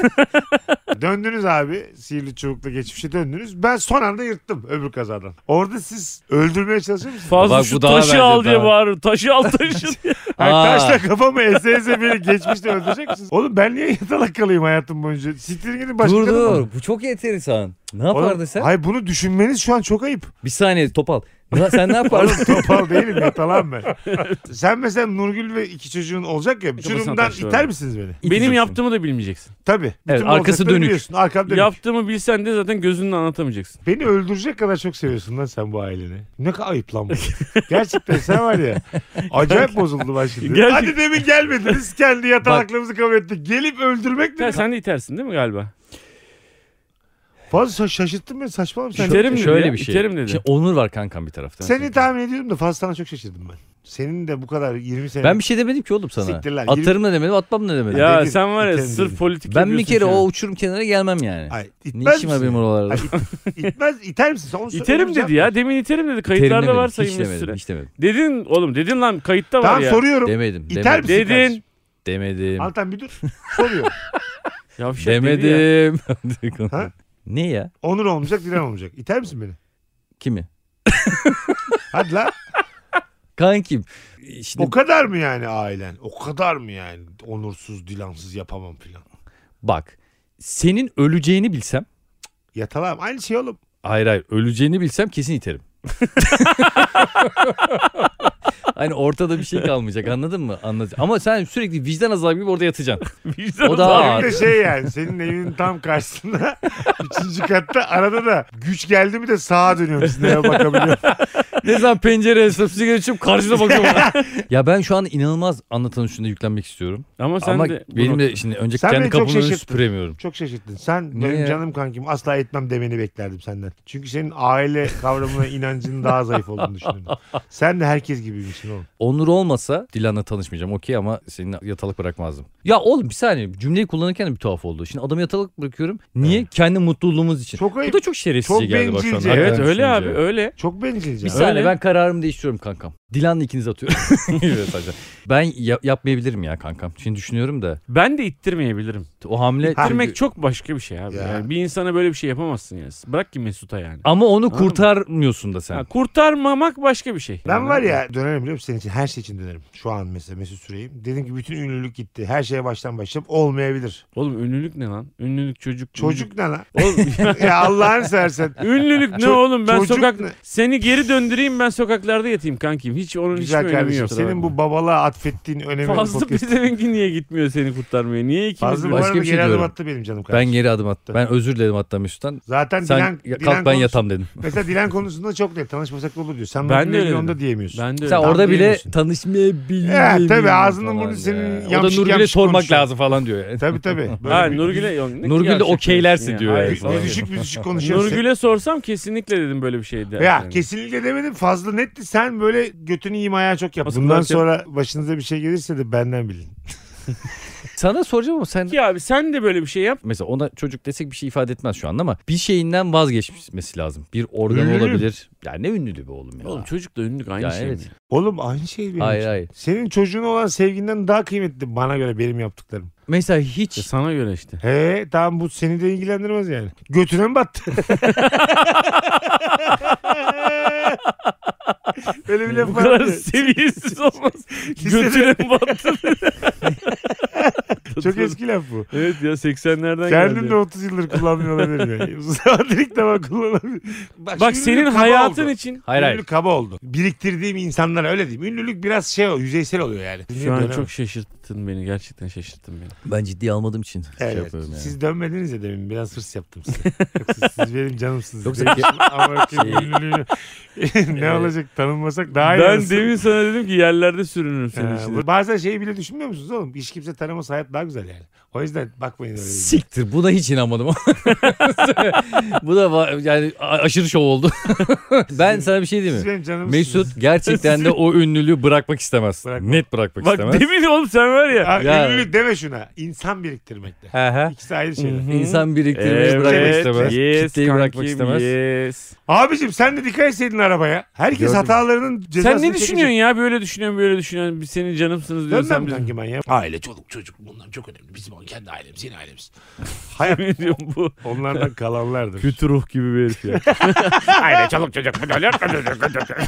Speaker 8: Döndünüz abi. Sihirli çubukla geçmişe döndünüz. Ben son anda yırttım öbür kazadan. Orada siz öldürmeye çalışıyor musunuz?
Speaker 9: Fazla
Speaker 5: Bak
Speaker 9: şu
Speaker 5: bu daha bence
Speaker 9: taşı al diye
Speaker 5: daha-
Speaker 9: bağırıyor. Taşı al taşı diye.
Speaker 8: Hayır,
Speaker 5: Aa.
Speaker 8: taşla kafamı ese ese beni geçmişte öldürecek misiniz? Oğlum ben niye yatalak kalayım hayatım boyunca? Siktirin gidin başka
Speaker 5: dur
Speaker 8: kadın
Speaker 5: dur.
Speaker 8: bulun.
Speaker 5: Bu çok enteresan. Ne
Speaker 8: Oğlum,
Speaker 5: yapardın sen?
Speaker 8: Hayır bunu düşünmeniz şu an çok ayıp.
Speaker 5: Bir saniye topal. Ne- sen ne yapardın?
Speaker 8: Oğlum topal değilim yatalan ben. Sen mesela Nurgül ve iki çocuğun olacak ya. Şurumdan
Speaker 9: taşla.
Speaker 8: iter misiniz beni?
Speaker 9: Benim yaptığımı da bilmeyeceksin.
Speaker 8: Tabii.
Speaker 5: Evet,
Speaker 8: Bütün
Speaker 5: arkası
Speaker 8: konseptleri
Speaker 5: dönük.
Speaker 8: biliyorsun, Arkam dönük.
Speaker 9: Yaptığımı bilsen de zaten gözünle anlatamayacaksın.
Speaker 8: Beni öldürecek kadar çok seviyorsun lan sen bu aileni. Ne kadar ayıp lan bu. Gerçekten sen var ya. Acayip bozuldu ben şimdi.
Speaker 9: Gerçek-
Speaker 8: Hadi demin gelmediniz kendi yatalaklarımızı kabul ettik. Gelip öldürmek
Speaker 9: Sen,
Speaker 8: mi?
Speaker 9: sen de itersin değil mi galiba?
Speaker 8: Fazla şaşırttın beni saçmalama sen.
Speaker 9: İterim dedi
Speaker 5: Şöyle
Speaker 9: ya,
Speaker 5: bir şey.
Speaker 9: iterim dedi.
Speaker 5: Şimdi Onur var kankam bir taraftan.
Speaker 8: Seni tahmin ediyordum da fazla sana çok şaşırdım ben. Senin de bu kadar 20 sene.
Speaker 5: Ben bir şey demedim ki oğlum sana.
Speaker 8: Siktir lan.
Speaker 5: Atarım da demedim, atmam da demedim.
Speaker 9: Ya
Speaker 8: Dedim,
Speaker 9: sen var ya
Speaker 8: iterim
Speaker 9: sırf
Speaker 8: dedi.
Speaker 9: politik
Speaker 5: ben bir
Speaker 9: yapıyorsun
Speaker 5: kere
Speaker 9: şu an.
Speaker 5: o uçurum kenara gelmem yani.
Speaker 8: Ay,
Speaker 5: şey- Ne
Speaker 8: itmez
Speaker 5: işim var
Speaker 8: misin?
Speaker 5: benim oralarda?
Speaker 8: Ay, it- itmez, iter misin? Son soru
Speaker 9: İterim
Speaker 8: soracağım.
Speaker 9: dedi ya. Demin iterim dedi.
Speaker 5: Terim
Speaker 9: Kayıtlarda
Speaker 5: demedim,
Speaker 9: var
Speaker 5: hiç
Speaker 9: sayın bir
Speaker 5: demedim,
Speaker 9: süre.
Speaker 5: hiç demedim.
Speaker 9: Dedin oğlum dedin lan kayıtta var
Speaker 8: Tamam
Speaker 9: ya.
Speaker 8: soruyorum.
Speaker 5: Demedim.
Speaker 8: İter misin?
Speaker 5: demedim.
Speaker 9: Dedin.
Speaker 5: Demedim.
Speaker 8: Altan bir dur. Soruyorum.
Speaker 9: Yavşak dedi ya.
Speaker 5: Demedim.
Speaker 8: Ha?
Speaker 5: ne ya?
Speaker 8: Onur olmayacak, Dilan olmayacak. İter misin beni?
Speaker 5: Kimi?
Speaker 8: Hadi lan.
Speaker 5: Kankim. Şimdi
Speaker 8: O kadar mı yani ailen? O kadar mı yani? Onursuz, dilansız yapamam filan.
Speaker 5: bak. Senin öleceğini bilsem.
Speaker 8: Yatalağım. Aynı şey oğlum.
Speaker 5: Hayır hayır. Öleceğini bilsem kesin iterim. hani ortada bir şey kalmayacak anladın mı? Anlat. Ama sen sürekli vicdan azabı gibi orada yatacaksın.
Speaker 9: Vicdan
Speaker 5: O da
Speaker 9: azabı.
Speaker 5: ağır.
Speaker 8: Bir de şey yani senin evinin tam karşısında. üçüncü katta arada da güç geldi mi de sağa dönüyorum. Sizin eve bakabiliyorum.
Speaker 5: Ne zaman pencereye sırf sigara içip karşına bakıyorum. ya ben şu an inanılmaz anlatanın üstünde yüklenmek istiyorum.
Speaker 9: Ama sen
Speaker 5: Ama
Speaker 9: de
Speaker 5: benim
Speaker 9: bunu-
Speaker 5: de şimdi önce
Speaker 8: Sen
Speaker 5: kendi
Speaker 8: beni çok
Speaker 5: kapımın önünü
Speaker 8: şaşırttın.
Speaker 5: süpüremiyorum.
Speaker 8: Çok şaşırttın. Sen
Speaker 5: Niye
Speaker 8: benim
Speaker 5: ya?
Speaker 8: canım kankim asla etmem demeni beklerdim senden. Çünkü senin aile kavramına inancın daha zayıf olduğunu düşünüyorum. Sen de herkes gibiymişsin oğlum.
Speaker 5: Onur olmasa Dilan'la tanışmayacağım okey ama senin yatalık bırakmazdım. Ya oğlum bir saniye cümleyi kullanırken de bir tuhaf oldu. Şimdi adamı yatalık bırakıyorum. Niye? Kendi mutluluğumuz için.
Speaker 8: Çok
Speaker 5: Bu
Speaker 8: ayıp.
Speaker 5: da çok şerefsizce
Speaker 8: Çok
Speaker 5: geldi bak şu an.
Speaker 8: bencilce.
Speaker 9: Evet
Speaker 5: Hakikaten
Speaker 9: öyle abi
Speaker 5: düşününce.
Speaker 9: öyle.
Speaker 8: Çok bencilce.
Speaker 5: Bir saniye
Speaker 9: Öyle.
Speaker 5: ben kararımı değiştiriyorum kankam. Dilan'la ikinizi atıyorum. Evet, hakikaten. ben ya- yapmayabilirim ya kankam. Şimdi düşünüyorum da
Speaker 9: Ben de ittirmeyebilirim.
Speaker 5: o hamle...
Speaker 9: İttirmek
Speaker 5: Çünkü-
Speaker 9: çok başka bir şey abi.
Speaker 8: Ya.
Speaker 9: Yani bir insana böyle bir şey yapamazsın yani. Bırak ki Mesut'a yani.
Speaker 5: Ama onu
Speaker 9: Anladın mı?
Speaker 5: kurtarmıyorsun da sen.
Speaker 9: Ha, kurtarmamak başka bir şey.
Speaker 8: Ben
Speaker 9: Yani
Speaker 8: var ya dönerim biliyor musun senin için her şey için dönerim. Şu an mesela Mesut Süreyim. Dedim ki bütün ünlülük gitti. Her şeye baştan başlayıp olmayabilir.
Speaker 9: Oğlum ünlülük ne lan? Ünlülük çocuk.
Speaker 8: Çocuk ne lan?
Speaker 9: Oğlum,
Speaker 8: ya Allah'ını seversen.
Speaker 9: ünlülük ne
Speaker 8: Ço-
Speaker 9: oğlum? Ben
Speaker 8: çocuk
Speaker 9: sokak
Speaker 8: ne?
Speaker 9: seni geri döndüreyim ben sokaklarda yatayım kankim. Hiç onun
Speaker 8: Güzel
Speaker 9: hiçbir önemi
Speaker 8: kardeşim
Speaker 9: yok.
Speaker 8: senin bu babalığa atfettiğin önemi bu
Speaker 9: Fazlı
Speaker 8: podcast.
Speaker 9: Pezevenki niye gitmiyor seni kurtarmaya? Niye ikimiz
Speaker 8: Fazla
Speaker 9: bir...
Speaker 8: bu
Speaker 5: Başka
Speaker 8: arada
Speaker 5: bir şey
Speaker 8: geri adım
Speaker 5: diyorum.
Speaker 8: attı benim canım
Speaker 5: Ben
Speaker 8: kardeşim.
Speaker 5: geri adım attım. Ben özür diledim hatta Mesut'tan.
Speaker 8: Zaten
Speaker 5: Sen
Speaker 8: Dilan,
Speaker 5: ya- kalk
Speaker 8: Dilan
Speaker 5: ben
Speaker 8: konusu-
Speaker 5: yatam dedim.
Speaker 8: Mesela Dilan konusunda çok net. Tanışmasak da olur diyor. Sen
Speaker 9: Ben
Speaker 8: ben
Speaker 9: de öyle
Speaker 8: de onda
Speaker 9: dedim.
Speaker 8: diyemiyorsun.
Speaker 9: Ben de
Speaker 5: Sen
Speaker 9: öyle.
Speaker 8: Tam
Speaker 5: orada bile
Speaker 8: diyemiyorsun.
Speaker 5: tanışmayabilirim.
Speaker 8: Evet, tabii, ağzının burnu senin
Speaker 5: O da
Speaker 8: yamşık
Speaker 5: Nurgül'e
Speaker 8: yamşık
Speaker 5: sormak
Speaker 8: konuşuyor.
Speaker 5: lazım falan diyor. Yani.
Speaker 8: Tabii tabii. Böyle
Speaker 9: Ha,
Speaker 8: bir-
Speaker 9: Nurgül'e... Ya, ne
Speaker 5: Nurgül de
Speaker 9: yavşak
Speaker 5: okeylersin
Speaker 9: herifsin
Speaker 5: diyor
Speaker 9: ya.
Speaker 5: yani
Speaker 9: Hayır,
Speaker 5: falan.
Speaker 9: falan.
Speaker 8: Müzüşük müzüşük konuşuyorsun.
Speaker 9: Nurgül'e sorsam kesinlikle dedim böyle bir şey derdi.
Speaker 8: Ya
Speaker 9: yani.
Speaker 8: kesinlikle demedim fazla netti. Sen böyle götünü yiyeyim ayağa çok yap.
Speaker 9: Nasıl
Speaker 8: Bundan
Speaker 9: kulakça-
Speaker 8: sonra başınıza bir şey gelirse de benden bilin.
Speaker 5: Sana soracağım ama sen
Speaker 9: Ki abi sen de böyle bir şey yap.
Speaker 5: mesela ona çocuk desek bir şey ifade etmez şu anda ama bir şeyinden vazgeçmesi lazım. Bir organ
Speaker 9: Ünlü.
Speaker 5: olabilir. Yani ne ünlülü be oğlum ya.
Speaker 9: Oğlum çocuk da ünlülük aynı
Speaker 5: Ya
Speaker 9: şey
Speaker 5: evet.
Speaker 9: mi?
Speaker 8: Oğlum aynı şey benim
Speaker 5: Hayır
Speaker 8: için.
Speaker 5: hayır.
Speaker 8: Senin çocuğuna olan sevginden daha kıymetli bana göre benim yaptıklarım.
Speaker 5: Mesela
Speaker 9: Ya
Speaker 5: hiç
Speaker 9: sana göre işte.
Speaker 8: He tamam bu seni de ilgilendirmez yani. Götüne mi battı? Öyle bir
Speaker 9: Bu
Speaker 8: laf var.
Speaker 9: kadar
Speaker 8: mı?
Speaker 9: seviyesiz olmaz.
Speaker 8: Lisede-
Speaker 9: Götüne mi battın?
Speaker 8: Çok eski laf bu.
Speaker 9: Evet ya 80'lerden geldi.
Speaker 8: Kendim de 30 yıldır kullanmıyor olabilirim yani. Bu zamandır ilk defa kullanabilirim.
Speaker 9: Bak
Speaker 8: şimdi
Speaker 9: senin
Speaker 8: kaba
Speaker 9: hayatın
Speaker 8: oldu.
Speaker 9: için
Speaker 5: hayır hayır.
Speaker 8: Ünlülük kaba oldu. Biriktirdiğim insanlara öyle diyeyim. Ünlülük biraz şey o, yüzeysel oluyor yani.
Speaker 9: şu an
Speaker 8: Dönem-
Speaker 9: çok şey şaşırttın beni. Gerçekten şaşırttın beni.
Speaker 5: Ben ciddiye almadığım için şey
Speaker 8: Evet.
Speaker 5: yapıyorum yani.
Speaker 8: Siz dönmediniz ya demin. Biraz hırs yaptım size. Yoksa siz benim canımsınız.
Speaker 5: Yoksa
Speaker 8: Benim
Speaker 5: ki-
Speaker 8: için Amerika'nın ünlülüğünü- ne olacak tanınmasak daha iyi.
Speaker 9: Şey- Ben
Speaker 8: arasın.
Speaker 9: demin sana dedim ki yerlerde sürünürüm senin
Speaker 8: Ha,
Speaker 9: için.
Speaker 8: bu- bazen şeyi bile düşünmüyor musunuz oğlum? Hiç kimse tanımaz hayat daha güzel yani. O yüzden bakmayın öyle. bir-
Speaker 5: Siktir buna hiç inanmadım. Bu da va- yani a- aşırı şov oldu. ben sana bir şey
Speaker 8: Siz
Speaker 5: diyeyim mi?
Speaker 8: benim canımsınız.
Speaker 5: Mesut gerçekten de o ünlülüğü bırakmak istemez.
Speaker 8: Bırakmam.
Speaker 5: Net bırakmak
Speaker 9: Bak
Speaker 5: istemez.
Speaker 9: demin oğlum sen var ya.
Speaker 8: Ha,
Speaker 5: Ya-
Speaker 8: Ünlülük deme şuna. İnsan biriktirmekte.
Speaker 5: He he.
Speaker 8: İkisi ayrı şeyler.
Speaker 5: İnsan biriktirmeyi bırakmak istemez.
Speaker 9: Yes,
Speaker 5: Kitleyi bırakmak
Speaker 9: kankim,
Speaker 5: istemez.
Speaker 9: yes.
Speaker 8: Abicim sen de dikkat etseydin arabaya. Herkes
Speaker 5: Gördüm.
Speaker 8: hatalarının cezasını
Speaker 9: Sen ne düşünüyorsun
Speaker 8: çekecek.
Speaker 9: ya? Böyle düşünüyorum, böyle düşünüyorum. Biz senin canımsınız
Speaker 8: Dönmem
Speaker 9: diyorsan. biz-
Speaker 8: kanki ben ya.
Speaker 3: Aile, çoluk, çocuk bunlar çok önemli. Bizim kendi ailemiz, senin ailemiz.
Speaker 8: Hayat
Speaker 9: Ne diyorum bu?
Speaker 8: onlardan kalanlardır.
Speaker 9: Kötü ruh gibi bir herif ya.
Speaker 3: Aile, çoluk, çocuk bunlar çok önemli.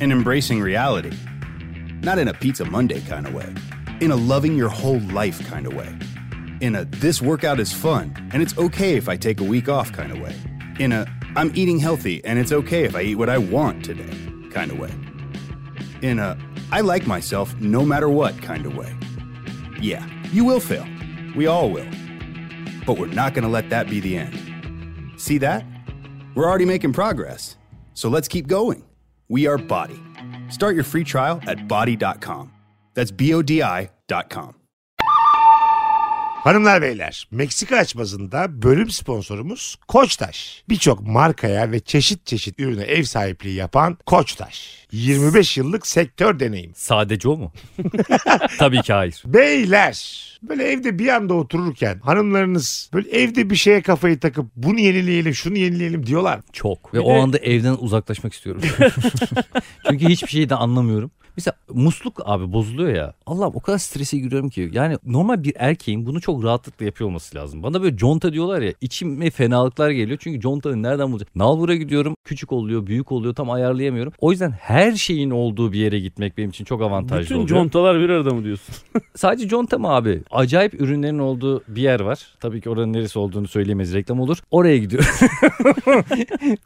Speaker 1: and embracing reality. Not in a Pizza Monday kind of way, in a loving your whole life kind of way, in a this workout is fun and it's okay if I take a week off kind of way, in a I'm eating healthy and it's okay if I eat what I want today kind of way, in a I like myself no matter what kind of way. Yeah, you will fail. We all will. But we're not going to let that be the end. See that? We're already making progress. So let's keep going. We are Body. Start your free trial at body.com. That's B O D I.com.
Speaker 8: Hanımlar beyler Meksika açmasında bölüm sponsorumuz Koçtaş. Birçok markaya ve çeşit çeşit ürüne ev sahipliği yapan Koçtaş. 25 yıllık sektör deneyim.
Speaker 5: Sadece o mu? Tabii ki hayır.
Speaker 8: Beyler böyle evde bir anda otururken hanımlarınız böyle evde bir şeye kafayı takıp bunu yenileyelim şunu yenileyelim diyorlar.
Speaker 5: Çok. Ve o anda evden uzaklaşmak istiyorum. Çünkü hiçbir şeyi de anlamıyorum. Mesela musluk abi bozuluyor ya. Allah'ım o kadar strese giriyorum ki. Yani normal bir erkeğin bunu çok rahatlıkla yapıyor olması lazım. Bana böyle conta diyorlar ya. içime fenalıklar geliyor. Çünkü contanı nereden bulacağım? Nalbur'a gidiyorum. Küçük oluyor, büyük oluyor. Tam ayarlayamıyorum. O yüzden her şeyin olduğu bir yere gitmek benim için çok avantajlı
Speaker 9: Bütün
Speaker 5: oluyor.
Speaker 9: contalar bir arada mı diyorsun?
Speaker 5: Sadece conta mı abi? Acayip ürünlerin olduğu bir yer var. Tabii ki oranın neresi olduğunu söyleyemeyiz reklam olur. Oraya gidiyor.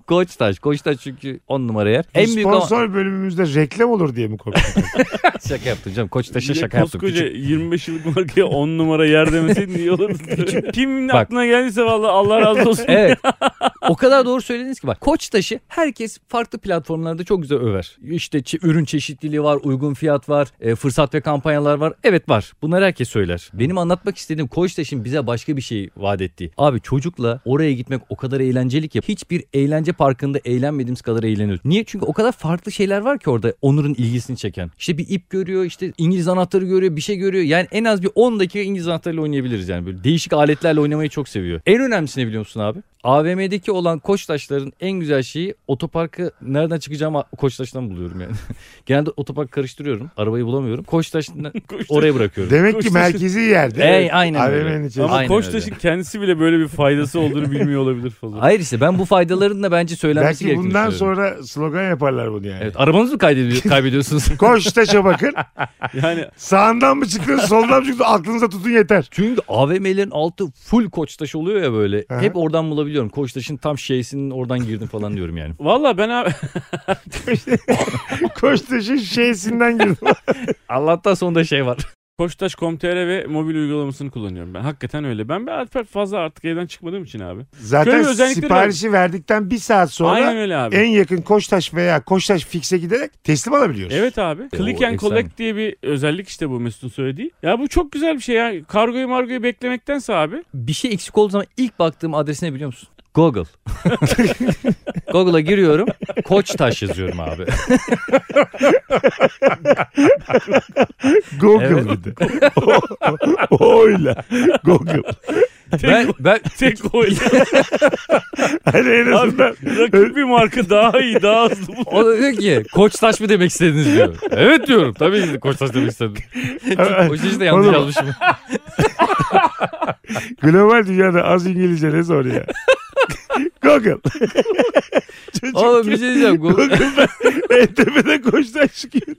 Speaker 5: Koçtaş. Koçtaş çünkü on numara yer. En büyük ama-
Speaker 8: Sponsor bölümümüzde reklam olur diye mi korktun?
Speaker 5: şaka yaptım canım. Koçtaş'a
Speaker 9: Bir de
Speaker 5: şaka yaptım.
Speaker 9: Koskoca
Speaker 5: Küçük.
Speaker 9: 25 yıllık markaya 10 numara yer demeseydin iyi olurdu. Kimin
Speaker 5: Bak.
Speaker 9: aklına geldiyse vallahi Allah razı olsun.
Speaker 5: Evet. O kadar doğru söylediniz ki bak. Koçtaş'ı herkes farklı platformlarda çok güzel över. İşte çe- ürün çeşitliliği var, uygun fiyat var, e, fırsat ve kampanyalar var. Evet var. Bunları herkes söyler. Benim anlatmak istediğim Koçtaş'ın bize başka bir şey vaat ettiği. Abi çocukla oraya gitmek o kadar eğlenceli ki hiçbir eğlence parkında eğlenmediğimiz kadar eğleniyoruz. Niye? Çünkü o kadar farklı şeyler var ki orada Onur'un ilgisini çeken. İşte bir ip görüyor, işte İngiliz anahtarı görüyor, bir şey görüyor. Yani en az bir 10 dakika İngiliz anahtarıyla oynayabiliriz yani. Böyle değişik aletlerle oynamayı çok seviyor. En önemlisi ne biliyor musun abi? AVM'deki olan koçtaşların en güzel şeyi otoparkı nereden çıkacağımı koçtaştan buluyorum yani. Genelde otopark karıştırıyorum. Arabayı bulamıyorum. Koçtaş'tan oraya bırakıyorum.
Speaker 8: Demek ki
Speaker 9: Koçtaş'ın-
Speaker 8: merkezi yerde.
Speaker 5: Ey, aynen öyle.
Speaker 8: AVM'nin içerisinde.
Speaker 9: Ama
Speaker 5: Aynen
Speaker 9: Koçtaş'ın kendisi bile böyle bir faydası olduğunu bilmiyor olabilir falan.
Speaker 5: Hayır işte ben bu faydaların da bence söylenmesi
Speaker 8: Belki
Speaker 5: gerektiğini
Speaker 8: bundan
Speaker 5: düşünüyorum.
Speaker 8: sonra slogan yaparlar bunu yani.
Speaker 5: Evet, arabanızı mı kaybediyor- kaybediyorsunuz?
Speaker 8: Koçtaş'a bakın.
Speaker 9: Yani
Speaker 8: Sağından mı çıktın soldan mı çıktın aklınıza tutun yeter.
Speaker 5: Çünkü AVM'lerin altı full koçtaş oluyor ya böyle.
Speaker 8: Aha.
Speaker 5: Hep oradan bulabiliyorum. Koçtaş'ın tam şeysinin oradan girdim falan diyorum yani.
Speaker 9: valla ben abi
Speaker 8: Koçtaş'ın şeysinden girdim.
Speaker 5: Allah'tan sonunda şey var.
Speaker 9: Koçtaş.com.tr ve mobil uygulamasını kullanıyorum ben. Hakikaten öyle. Ben ben artık fazla artık evden çıkmadığım için abi. Şöyle
Speaker 8: Zaten
Speaker 9: bir özellikleri
Speaker 8: siparişi verdikten bir saat sonra
Speaker 9: Aynen öyle abi.
Speaker 8: en yakın Koçtaş veya Koçtaş Fix'e giderek teslim alabiliyorsun.
Speaker 9: Evet abi. Click and
Speaker 5: efsane.
Speaker 9: collect diye bir özellik işte bu Mesut'un söylediği. Ya bu çok güzel bir şey ya. Kargoyu margoyu beklemektense abi.
Speaker 5: Bir şey eksik olduğu zaman ilk baktığım adres ne biliyor musun? Google. Google'a giriyorum. Koçtaş yazıyorum abi.
Speaker 8: Google
Speaker 5: Evet.
Speaker 8: bir de. Oyla. Google.
Speaker 5: ben, ben
Speaker 9: Tek o
Speaker 8: Hani en
Speaker 9: Abi
Speaker 8: azından
Speaker 9: rakip bir marka daha iyi daha hızlı. bu.
Speaker 5: o da diyor ki Koçtaş mı demek istediniz diyor. Evet diyorum. Tabii ki de Koçtaş demek istedim. o işte yanlış
Speaker 8: Oğlum.
Speaker 5: yazmışım.
Speaker 8: global dünyada az İngilizce ne zor ya. Google. Çocuk
Speaker 5: Oğlum
Speaker 8: ki-
Speaker 5: bir şey diyeceğim. Google.
Speaker 8: Google'da en tepede Koçtaş çıkıyor.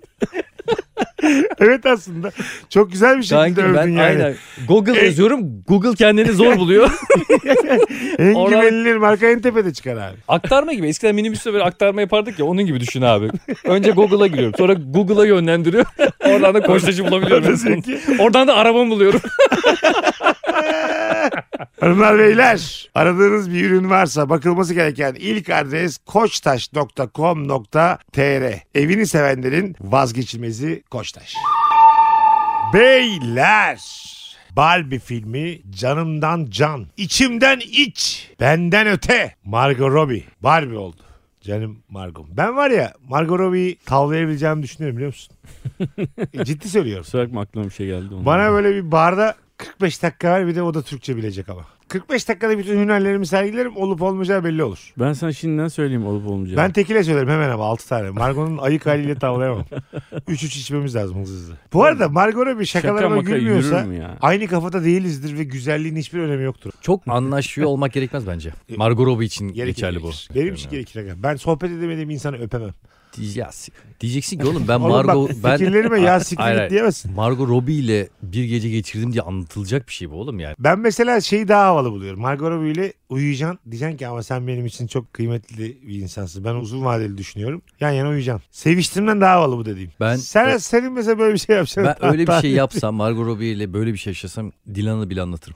Speaker 8: evet aslında. Çok güzel bir şekilde
Speaker 5: Kanki
Speaker 8: övdün
Speaker 5: ben
Speaker 8: yani.
Speaker 5: aynen Google
Speaker 8: E-
Speaker 5: yazıyorum. Google kendini zor buluyor.
Speaker 8: En
Speaker 5: Oradan-
Speaker 8: güvenilir marka en tepede çıkar abi.
Speaker 5: aktarma gibi. Eskiden minibüste böyle aktarma yapardık ya onun gibi düşün abi. Önce Google'a giriyorum. Sonra Google'a yönlendiriyor. Oradan da koçtaşı bulabiliyorum. Oradan da arabamı buluyorum.
Speaker 8: Hanımlar beyler aradığınız bir ürün varsa bakılması gereken ilk adres koçtaş.com.tr Evini sevenlerin vazgeçilmezi Koçtaş. Beyler Barbie filmi canımdan can, içimden iç, benden öte. Margot Robbie Barbie oldu. Canım Margot. Ben var ya Margot Robbie'yi tavlayabileceğimi düşünüyorum biliyor musun? E, Ciddi söylüyorum.
Speaker 9: Kusura bakma aklıma bir şey geldi. Ondan.
Speaker 8: Bana böyle bir barda 45 dakika ver bir de o da Türkçe bilecek ama. 45 dakikada bütün hünerlerimi sergilerim olup olmayacağı belli olur.
Speaker 9: Ben sana şimdiden söyleyeyim olup olmayacağını.
Speaker 8: Ben tekile söylerim hemen ama 6 tane. Margot'un ayık haliyle tavlayamam. 3-3 içmemiz lazım hızlı hızlı. Bu arada Margot'a bir şakalarıma
Speaker 9: maka yürür
Speaker 8: gülmüyorsa
Speaker 9: mü ya?
Speaker 8: aynı kafada değilizdir ve güzelliğin hiçbir önemi yoktur.
Speaker 5: Çok anlaşıyor olmak gerekmez bence.
Speaker 9: E-
Speaker 5: Margot Robbie için
Speaker 8: Gerekir,
Speaker 5: geçerli bu.
Speaker 8: gerekir. Benim için gerekir. Ben sohbet edemediğim insanı öpemem.
Speaker 5: Diyeceğiz. Diyeceksin ki oğlum ben
Speaker 8: Oğlum bak,
Speaker 5: Margot... ben...
Speaker 8: fikirlerime ya siktir
Speaker 5: Hayır,
Speaker 8: git
Speaker 5: hayır.
Speaker 8: diyemezsin.
Speaker 5: Margot Robbie ile bir gece geçirdim diye anlatılacak bir şey bu oğlum yani.
Speaker 8: Ben mesela şeyi daha havalı buluyorum. Margot Robbie ile uyuyacaksın. Diyeceksin ki ama sen benim için çok kıymetli bir insansın. Ben uzun vadeli düşünüyorum. Yan yana uyuyacaksın. Seviştiğimden daha havalı bu dediğim.
Speaker 5: Ben-
Speaker 8: sen, senin mesela böyle bir şey yapacaksın.
Speaker 5: Ben öyle bir
Speaker 8: Hatta-
Speaker 5: şey yapsam Margot Robbie ile böyle bir şey yaşasam Dilan'ı bile anlatırım.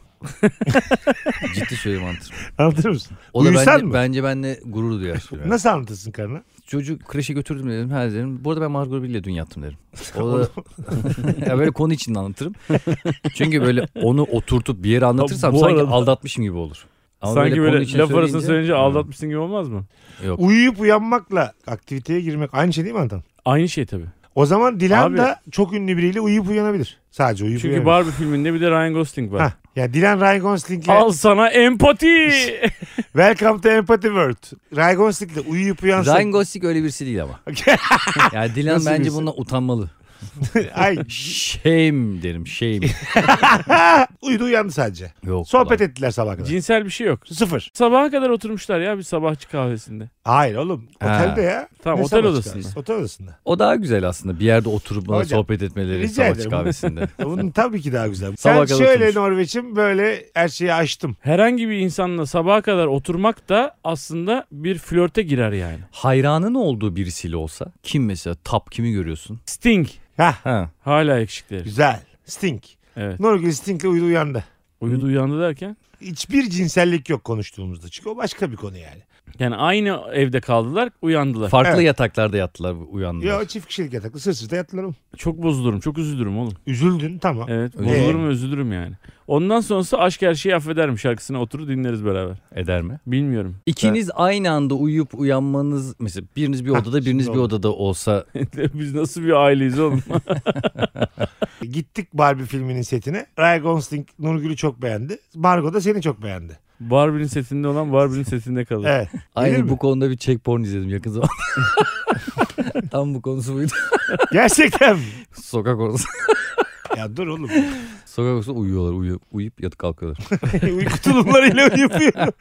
Speaker 5: Ciddi söylüyorum anlatırım.
Speaker 8: Anlatır mısın?
Speaker 5: O da
Speaker 8: Uyusan
Speaker 5: bence,
Speaker 8: mı?
Speaker 5: bence benle gurur duyar. Yani.
Speaker 8: Nasıl anlatırsın karına?
Speaker 5: Çocuğu kreşe götürdüm dedim. Her dedim. Bu arada ben Margot Robbie ile dün yattım derim. O da ya böyle konu içinde anlatırım. Çünkü böyle onu oturtup bir yere anlatırsam
Speaker 9: bu
Speaker 5: sanki
Speaker 9: arada-
Speaker 5: aldatmışım gibi olur. Ama
Speaker 9: Sanki
Speaker 5: konu
Speaker 9: böyle,
Speaker 5: içinde
Speaker 9: laf arasında söyleyince
Speaker 5: Ha.
Speaker 9: aldatmışsın gibi olmaz mı?
Speaker 8: Uyuyup uyanmakla aktiviteye girmek aynı şey değil mi Antan?
Speaker 9: Aynı şey tabii.
Speaker 8: O zaman Dilan
Speaker 9: Abi-
Speaker 8: da çok ünlü biriyle uyuyup uyanabilir. Sadece uyuyup
Speaker 9: Çünkü
Speaker 8: uyanabilir.
Speaker 9: Barbie filminde bir de Ryan Gosling var.
Speaker 8: Hah. Ya Dilan Ryan Gosling'le
Speaker 9: Al sana empati.
Speaker 8: Welcome to Empathy World. Ryan Gosling'le uyuyup uyansa.
Speaker 5: Ryan Gosling öyle birisi değil ama. yani Dilan
Speaker 8: Nasıl
Speaker 5: bence
Speaker 8: birisi?
Speaker 5: bundan utanmalı.
Speaker 8: Ay
Speaker 5: Shame derim shame.
Speaker 8: uyudu uyandı sadece.
Speaker 5: Yok.
Speaker 8: Sohbet
Speaker 5: ulan.
Speaker 8: ettiler sabah kadar.
Speaker 9: Cinsel bir şey yok.
Speaker 8: Sıfır.
Speaker 9: Sabaha kadar oturmuşlar ya bir sabahçı kahvesinde.
Speaker 8: Hayır oğlum.
Speaker 5: Ha.
Speaker 8: Otelde ya.
Speaker 9: Tamam, otel
Speaker 8: sabah
Speaker 9: odasında.
Speaker 8: çıkarsın? Otel odasında.
Speaker 5: O daha güzel aslında. Bir yerde oturup bana
Speaker 8: Hocam,
Speaker 5: sohbet etmeleri
Speaker 8: rica
Speaker 5: sabah
Speaker 8: ederim.
Speaker 5: kahvesinde.
Speaker 8: Bunun tabii ki daha güzel. Sen
Speaker 5: Sabah kadar
Speaker 8: şöyle
Speaker 5: oturmuş.
Speaker 8: Norveç'im böyle her şeyi açtım.
Speaker 9: Herhangi bir insanla sabaha kadar oturmak da aslında bir flörte girer yani.
Speaker 5: Hayranın olduğu birisiyle olsa kim mesela tap kimi görüyorsun?
Speaker 9: Sting.
Speaker 5: Ha.
Speaker 9: Hala eksikleri.
Speaker 8: Güzel. Sting.
Speaker 9: Evet.
Speaker 8: Nurgül Sting'le uyudu uyandı.
Speaker 9: Uyudu uyandı derken.
Speaker 8: Hiçbir cinsellik yok konuştuğumuzda. Çünkü o başka bir konu yani.
Speaker 9: Yani aynı evde kaldılar uyandılar.
Speaker 5: Farklı
Speaker 8: Evet.
Speaker 5: yataklarda yattılar uyandılar.
Speaker 8: Ya çift kişilik yataklı sır sırta yattılar oğlum.
Speaker 9: Çok bozulurum çok üzülürüm oğlum.
Speaker 8: Üzüldün tamam.
Speaker 9: Evet
Speaker 5: Öyle.
Speaker 9: bozulurum üzülürüm yani. Ondan sonrası aşk her şeyi affederim şarkısına oturur dinleriz beraber.
Speaker 5: Eder mi?
Speaker 9: Bilmiyorum.
Speaker 5: İkiniz aynı anda uyuyup uyanmanız mesela biriniz bir odada biriniz bir
Speaker 8: oldu.
Speaker 5: odada olsa
Speaker 9: Biz nasıl bir aileyiz oğlum?
Speaker 8: Gittik Barbie filminin setine. Ryan Gosling Nurgül'ü çok beğendi. Margot da seni çok beğendi.
Speaker 9: Barbie'nin setinde olan Barbie'nin setinde kalır.
Speaker 8: Evet. Bilir
Speaker 5: aynı
Speaker 8: mi?
Speaker 5: bu konuda bir çek porn izledim yakın zamanda. Tam bu konusu buydu.
Speaker 8: Gerçekten mi?
Speaker 5: Sokak orası.
Speaker 8: Ya dur oğlum.
Speaker 5: Sokak orası uyuyorlar uyuyup, uyuyup yatıp kalkıyorlar.
Speaker 8: Uyku tulumlarıyla uyuyor.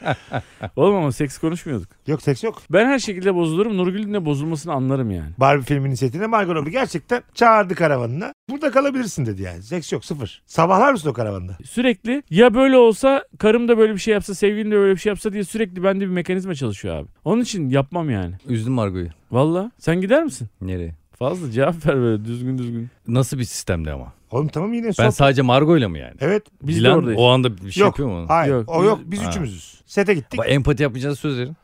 Speaker 9: Oğlum ama seks konuşmuyorduk.
Speaker 8: yok seks yok.
Speaker 9: Ben her şekilde bozulurum. Nurgül'ün de bozulmasını anlarım yani.
Speaker 8: Barbie filminin setine Margot Robbie gerçekten çağırdı karavanına. Burada kalabilirsin dedi yani. Seks yok sıfır. Sabahlar mısın o karavanda?
Speaker 9: Sürekli ya böyle olsa karım da böyle bir şey yapsa sevgilim de böyle bir şey yapsa diye sürekli bende bir mekanizma çalışıyor abi. Onun için yapmam yani.
Speaker 5: Üzdüm Margo'yu.
Speaker 9: Valla sen gider misin?
Speaker 5: Nereye?
Speaker 9: Fazla cevap ver böyle düzgün düzgün.
Speaker 5: Nasıl bir sistemde ama?
Speaker 8: Oğlum tamam yine
Speaker 5: Ben
Speaker 8: sohbet.
Speaker 5: sadece Margo'yla mı yani?
Speaker 8: Evet.
Speaker 9: Biz de
Speaker 5: Dilan
Speaker 9: oradayız.
Speaker 5: o anda bir şey
Speaker 8: yok.
Speaker 5: yapıyor mu? ona?
Speaker 8: Hayır.
Speaker 9: Yok.
Speaker 8: O yok. Biz
Speaker 5: Ha.
Speaker 8: üçümüzüz. Sete gittik.
Speaker 5: Bak, empati yapmayacağınız söz verin.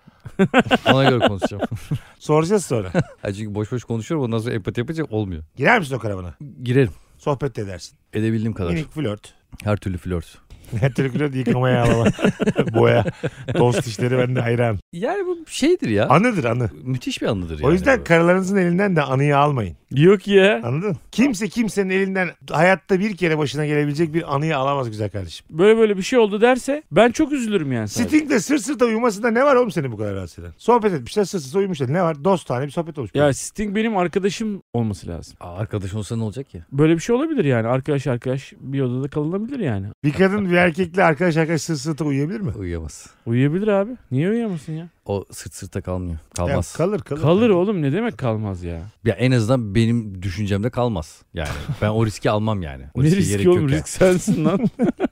Speaker 5: Ona göre konuşacağım.
Speaker 8: Soracağız sonra.
Speaker 5: Ha, çünkü boş boş konuşuyorum ondan sonra empati yapacak olmuyor.
Speaker 8: Girer misin o karavana?
Speaker 5: Girerim.
Speaker 8: Sohbet de edersin.
Speaker 5: Edebildiğim kadar.
Speaker 8: Minik flört.
Speaker 5: Her türlü flört.
Speaker 8: Her türlü flört yıkamaya alama. Boya. Dost işleri ben de hayran.
Speaker 5: Yani bu şeydir ya.
Speaker 8: Anıdır anı.
Speaker 5: Müthiş bir anıdır yani.
Speaker 8: O yüzden
Speaker 5: bu.
Speaker 8: karılarınızın elinden de anıyı almayın.
Speaker 9: Yok ya.
Speaker 8: Anladın? Kimse kimsenin elinden hayatta bir kere başına gelebilecek bir anıyı alamaz güzel kardeşim.
Speaker 9: Böyle böyle bir şey oldu derse ben çok üzülürüm yani. sadece.
Speaker 8: Sting'le sır sırta uyumasında ne var oğlum seni bu kadar rahatsız eden? Sohbet etmişler sır sırta uyumuşlar. Ne var? Dostane bir sohbet olmuş.
Speaker 9: Ya Sting benim arkadaşım olması lazım.
Speaker 5: Aa, arkadaş olsa ne olacak ya?
Speaker 9: Böyle bir şey olabilir yani. Arkadaş arkadaş bir odada kalınabilir yani.
Speaker 8: Bir kadın bir erkekle arkadaş arkadaş sır sırta uyuyabilir mi?
Speaker 5: Uyuyamaz.
Speaker 9: Uyuyabilir abi. Niye uyuyamasın ya?
Speaker 5: O sırt sırta kalmıyor.
Speaker 8: Ya
Speaker 5: Kalmaz. Ya,
Speaker 8: kalır kalır.
Speaker 9: Kalır oğlum ne demek kalmaz ya.
Speaker 5: en azından benim düşüncemde kalmaz. Yani ben o riski almam yani. O
Speaker 9: ne
Speaker 5: riske gerek
Speaker 9: riski
Speaker 5: yok
Speaker 9: oğlum
Speaker 5: yani.
Speaker 9: risk sensin lan.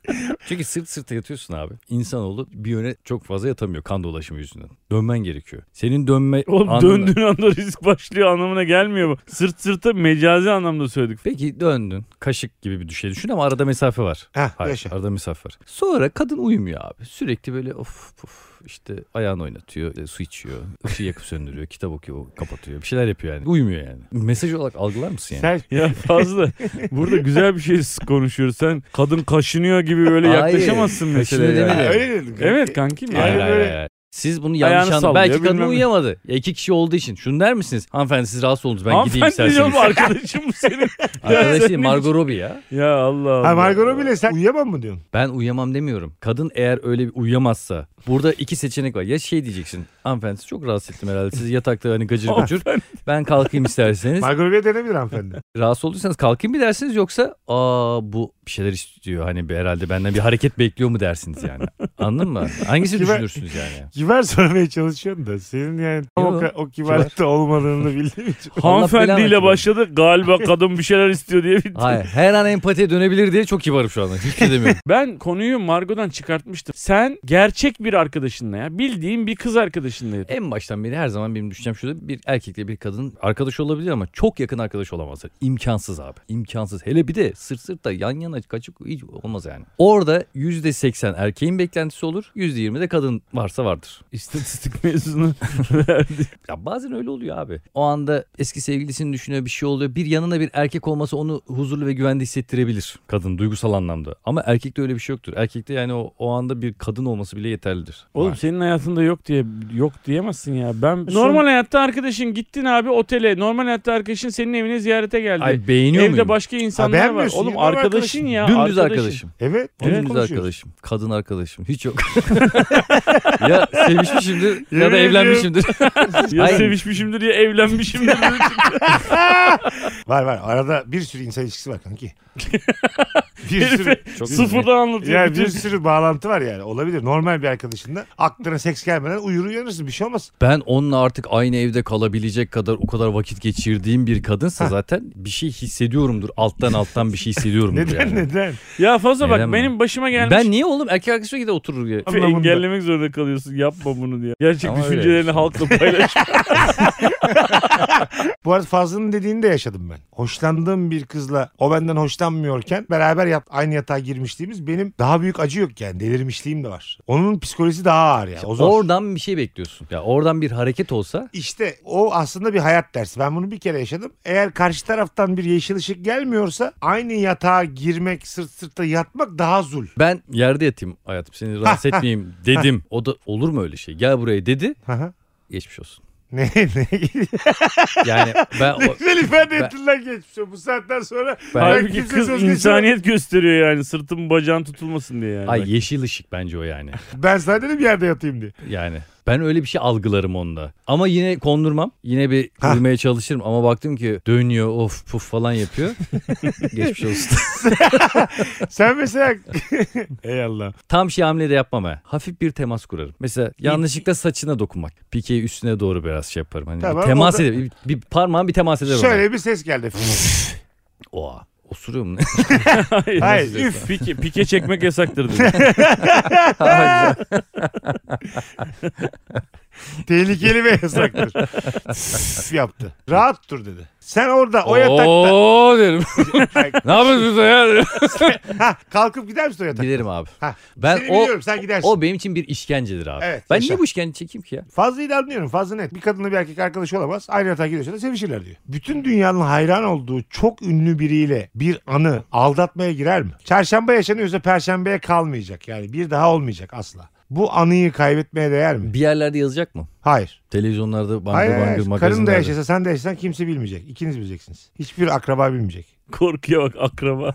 Speaker 5: Çünkü sırt sırta yatıyorsun abi. İnsanoğlu bir yöne çok fazla yatamıyor kan dolaşımı yüzünden. Dönmen gerekiyor. Senin dönme
Speaker 9: oğlum
Speaker 5: anına-
Speaker 9: döndüğün anda risk başlıyor anlamına gelmiyor bu. Sırt sırta mecazi anlamda söyledik.
Speaker 5: Peki döndün. Kaşık gibi bir şey düşün ama arada mesafe var.
Speaker 8: Heh,
Speaker 5: Hayır,
Speaker 8: yaşa.
Speaker 5: arada mesafe var. Sonra kadın uyumuyor abi. Sürekli böyle of puf işte ayağını oynatıyor, e, su içiyor, ışığı yakıp söndürüyor, kitap okuyor, kapatıyor. Bir şeyler yapıyor yani. Uyumuyor yani. Mesaj olarak algılar mısın yani?
Speaker 8: Sen
Speaker 9: Ya fazla burada güzel bir şey konuşuyoruz. Sen kadın kaşınıyor gibi böyle
Speaker 5: Hayır,
Speaker 9: yaklaşamazsın
Speaker 5: kaşınıyor
Speaker 9: meseleye.
Speaker 5: demedim.
Speaker 9: Yani.
Speaker 8: Ha, öyle dedin. kanka.
Speaker 9: Evet kankim ya.
Speaker 5: Hayır,
Speaker 8: Aynen
Speaker 5: hayır,
Speaker 8: öyle.
Speaker 5: hayır. Siz bunu
Speaker 9: Ayağını
Speaker 5: yanlış anladınız.
Speaker 9: sallıyor,
Speaker 5: Belki kadın
Speaker 9: bilmem ne.
Speaker 5: uyuyamadı. Ya iki kişi olduğu için. Şunu der misiniz? Hanımefendi siz rahatsız oldunuz. Ben gideyim
Speaker 9: Hanımefendi
Speaker 5: isterseniz.
Speaker 9: diyorum arkadaşım bu senin.
Speaker 5: Arkadaşı
Speaker 9: Sen-
Speaker 5: Margot Robbie ya.
Speaker 9: Ya Allah Allah.
Speaker 8: Ha Margot bile sen uyuyamam mı diyorsun?
Speaker 5: Ben uyuyamam demiyorum. Kadın eğer öyle bir uyuyamazsa burada iki seçenek var. Ya şey diyeceksin. Hanımefendi sizi çok rahatsız ettim herhalde. Siz yatakta hani gacır gucur. ben kalkayım isterseniz.
Speaker 8: Margot Robbie denebilir hanımefendi.
Speaker 5: rahatsız olduysanız kalkayım mı dersiniz yoksa aa bu bir şeyler istiyor. Hani bir- herhalde benden bir hareket bekliyor mu dersiniz yani. Anladın mı? Hangisini
Speaker 8: Kime-
Speaker 5: düşünürsünüz yani?
Speaker 8: Kibar sormaya çalışıyorsun da senin yani tam o,
Speaker 5: Yok.
Speaker 8: ka- o kibarlıkta olmadığını bildiğim için.
Speaker 5: Allah belanı
Speaker 9: Hanımefendiyle
Speaker 5: versin.
Speaker 9: başladı. Galiba kadın bir şeyler istiyor diye bitti.
Speaker 5: Hayır her an empatiye dönebilir diye çok kibarım şu anda. Hiçbir şey demiyorum.
Speaker 9: Ben konuyu Margot'dan çıkartmıştım. Sen gerçek bir arkadaşınla ya. Bildiğin bir kız arkadaşınla. ya.
Speaker 5: en baştan beri her zaman benim düşüncem şurada bir erkekle bir kadın arkadaş olabilir ama çok yakın arkadaş olamazlar. İmkansız abi. İmkansız. Hele bir de sırt sırta yan yana kaçık hiç olmaz yani. Orada %80 erkeğin beklentisi olur. %20 de kadın varsa vardır.
Speaker 9: İstatistik mezunu verdi.
Speaker 5: Ya bazen öyle oluyor abi. O anda eski sevgilisini düşünüyor bir şey oluyor. Bir yanına bir erkek olması onu huzurlu ve güvende hissettirebilir. Kadın duygusal anlamda. Ama erkekte öyle bir şey yoktur. Erkekte yani o, o anda bir kadın olması bile yeterlidir. E
Speaker 9: Oğlum senin hayatında yok diye yok diyemezsin ya. Ben normal hayatta arkadaşın gittin abi otele. Normal hayatta arkadaşın senin evine ziyarete geldi.
Speaker 5: Ay beğeniyor
Speaker 9: Evde
Speaker 5: muyum?
Speaker 9: başka insanlar var.
Speaker 8: beğenmiyorsun ya,
Speaker 9: Oğlum
Speaker 8: normal
Speaker 9: arkadaşın
Speaker 8: arkadaşın.
Speaker 9: ya.
Speaker 5: Dümdüz
Speaker 9: arkadaşın.
Speaker 5: arkadaşım.
Speaker 8: Evet. onu
Speaker 5: Dümdüz
Speaker 8: konuşuyoruz.
Speaker 5: arkadaşım. Kadın arkadaşım. Hiç yok. ya sevişmişimdir ya
Speaker 8: Yemin
Speaker 5: da evlenmişimdir.
Speaker 9: Ya
Speaker 5: Aynen.
Speaker 9: sevişmişimdir ya evlenmişimdir.
Speaker 8: Var var. Arada bir sürü insan ilişkisi var kanki. bir sürü.
Speaker 9: Herife Sıfırdan anlatıyor.
Speaker 8: Ya
Speaker 9: bütün-
Speaker 8: bir sürü bağlantı var yani. Olabilir. Normal bir arkadaşınla aklına seks gelmeden uyur uyanırsın. Bir şey olmaz.
Speaker 5: Ben onunla artık aynı evde kalabilecek kadar o kadar vakit geçirdiğim bir kadınsa zaten bir şey hissediyorumdur. Alttan alttan bir şey hissediyorumdur
Speaker 8: Neden
Speaker 5: yani.
Speaker 8: neden?
Speaker 9: Ya fazla bak
Speaker 5: Neden mi?
Speaker 9: benim başıma gelmiş.
Speaker 5: Ben niye oğlum erkek arkadaşıma gider oturur ya.
Speaker 9: Ve
Speaker 8: Anlamında.
Speaker 9: engellemek zorunda kalıyorsun. Yapma bunu diye. Gerçek
Speaker 5: Ama öyle şey.
Speaker 9: düşüncelerini
Speaker 5: işte.
Speaker 9: halkla paylaş.
Speaker 8: Bu arada Fazlı'nın dediğini de yaşadım ben. Hoşlandığım bir kızla o benden hoşlanmıyorken beraber yap, aynı yatağa girmişliğimiz benim daha büyük acı yok yani. Delirmişliğim de var. Onun psikolojisi daha ağır yani. O zor.
Speaker 5: Oradan bir şey bekliyorsun. Ya oradan bir hareket olsa
Speaker 8: İşte o aslında bir hayat dersi. Ben bunu bir kere yaşadım. Eğer karşı taraftan bir yeşil ışık gelmiyorsa aynı yatağa girmek, sırt sırta yatmak daha zul.
Speaker 5: ben yerde yatayım hayatım seni rahatsız etmeyeyim dedim. O da olur mu öyle şey? Gel buraya dedi.
Speaker 8: Hı hı.
Speaker 5: Geçmiş olsun.
Speaker 8: ne ne?
Speaker 5: Yani ben o-
Speaker 8: Güzel ifade
Speaker 5: Ben-
Speaker 8: ettin lan geçmiş olsun. Bu saatten sonra
Speaker 5: Ben-
Speaker 9: Halbuki
Speaker 8: kimse
Speaker 9: kız
Speaker 8: söz geçiremez.
Speaker 9: insaniyet gösteriyor yani. Sırtın bacağın tutulmasın diye yani.
Speaker 5: ay yeşil ışık bence o yani.
Speaker 8: Ben sana dedim yerde yatayım diye.
Speaker 5: Yani ben öyle bir şey algılarım onda. Ama yine kondurmam. Yine bir uyumaya çalışırım ama baktım ki dönüyor of puf falan yapıyor. Geçmiş olsun.
Speaker 8: Sen mesela... Ey Allah.
Speaker 5: Tam şey hamle de yapmam ha. Hafif bir temas kurarım. Mesela yanlışlıkla saçına dokunmak. Pikeyi üstüne doğru biraz şey yaparım. Hani bir
Speaker 8: Tamam,
Speaker 5: temas
Speaker 8: orada-
Speaker 5: ederim. Bir, bir parmağım bir temas ederim.
Speaker 8: Şöyle bir ses geldi.
Speaker 5: Oha. Osuruyor mu?
Speaker 9: Hayır.
Speaker 8: Hayır üf.
Speaker 9: Pike, pike çekmek yasaktır dedi.
Speaker 8: Tehlikeli ve yasaktır. Üf yaptı. Rahat dur dedi. Sen orada o yatakta
Speaker 5: Oo derim. ne yapıyorsunuz ya?
Speaker 8: ha, kalkıp gider misin o yatakta?
Speaker 5: Giderim abi.
Speaker 8: Ha,
Speaker 5: Ben
Speaker 8: seni
Speaker 5: o
Speaker 8: biliyorum sen gidersin.
Speaker 5: o benim için bir işkencedir abi.
Speaker 8: Evet,
Speaker 5: ben
Speaker 8: yaşa.
Speaker 5: niye bu işkence çekeyim ki ya?
Speaker 8: Fazlıyı da anlıyorum. Fazla net. Bir kadınla bir erkek arkadaş olamaz. Aynı yatağa gidiyorsa da sevişirler diyor. Bütün dünyanın hayran olduğu çok ünlü biriyle bir anı aldatmaya girer mi? Çarşamba yaşanıyorsa perşembeye kalmayacak. Yani bir daha olmayacak asla. Bu anıyı kaybetmeye değer mi?
Speaker 5: Bir yerlerde yazacak mı?
Speaker 8: Hayır.
Speaker 5: Televizyonlarda bangır
Speaker 8: hayır,
Speaker 5: bangır
Speaker 8: hayır. Karın da
Speaker 5: magazinlerde.
Speaker 8: yaşasa sen de yaşasan kimse bilmeyecek. İkiniz bileceksiniz. Hiçbir akraba bilmeyecek.
Speaker 9: Korkuya bak akraba.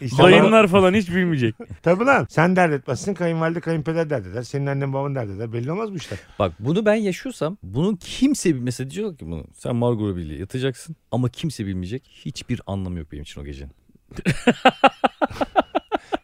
Speaker 8: İşte bana-
Speaker 9: Dayınlar falan hiç bilmeyecek.
Speaker 8: Tabii lan. Sen dert etmezsin. Kayınvalide kayınpeder dert eder. Senin annen baban dert eder. Belli olmaz bu işler.
Speaker 5: Bak bunu ben yaşıyorsam bunun kimse bilmese diyor ki bunu. Sen Margot Robbie'yle yatacaksın ama kimse bilmeyecek. Hiçbir anlamı yok benim için o gecenin.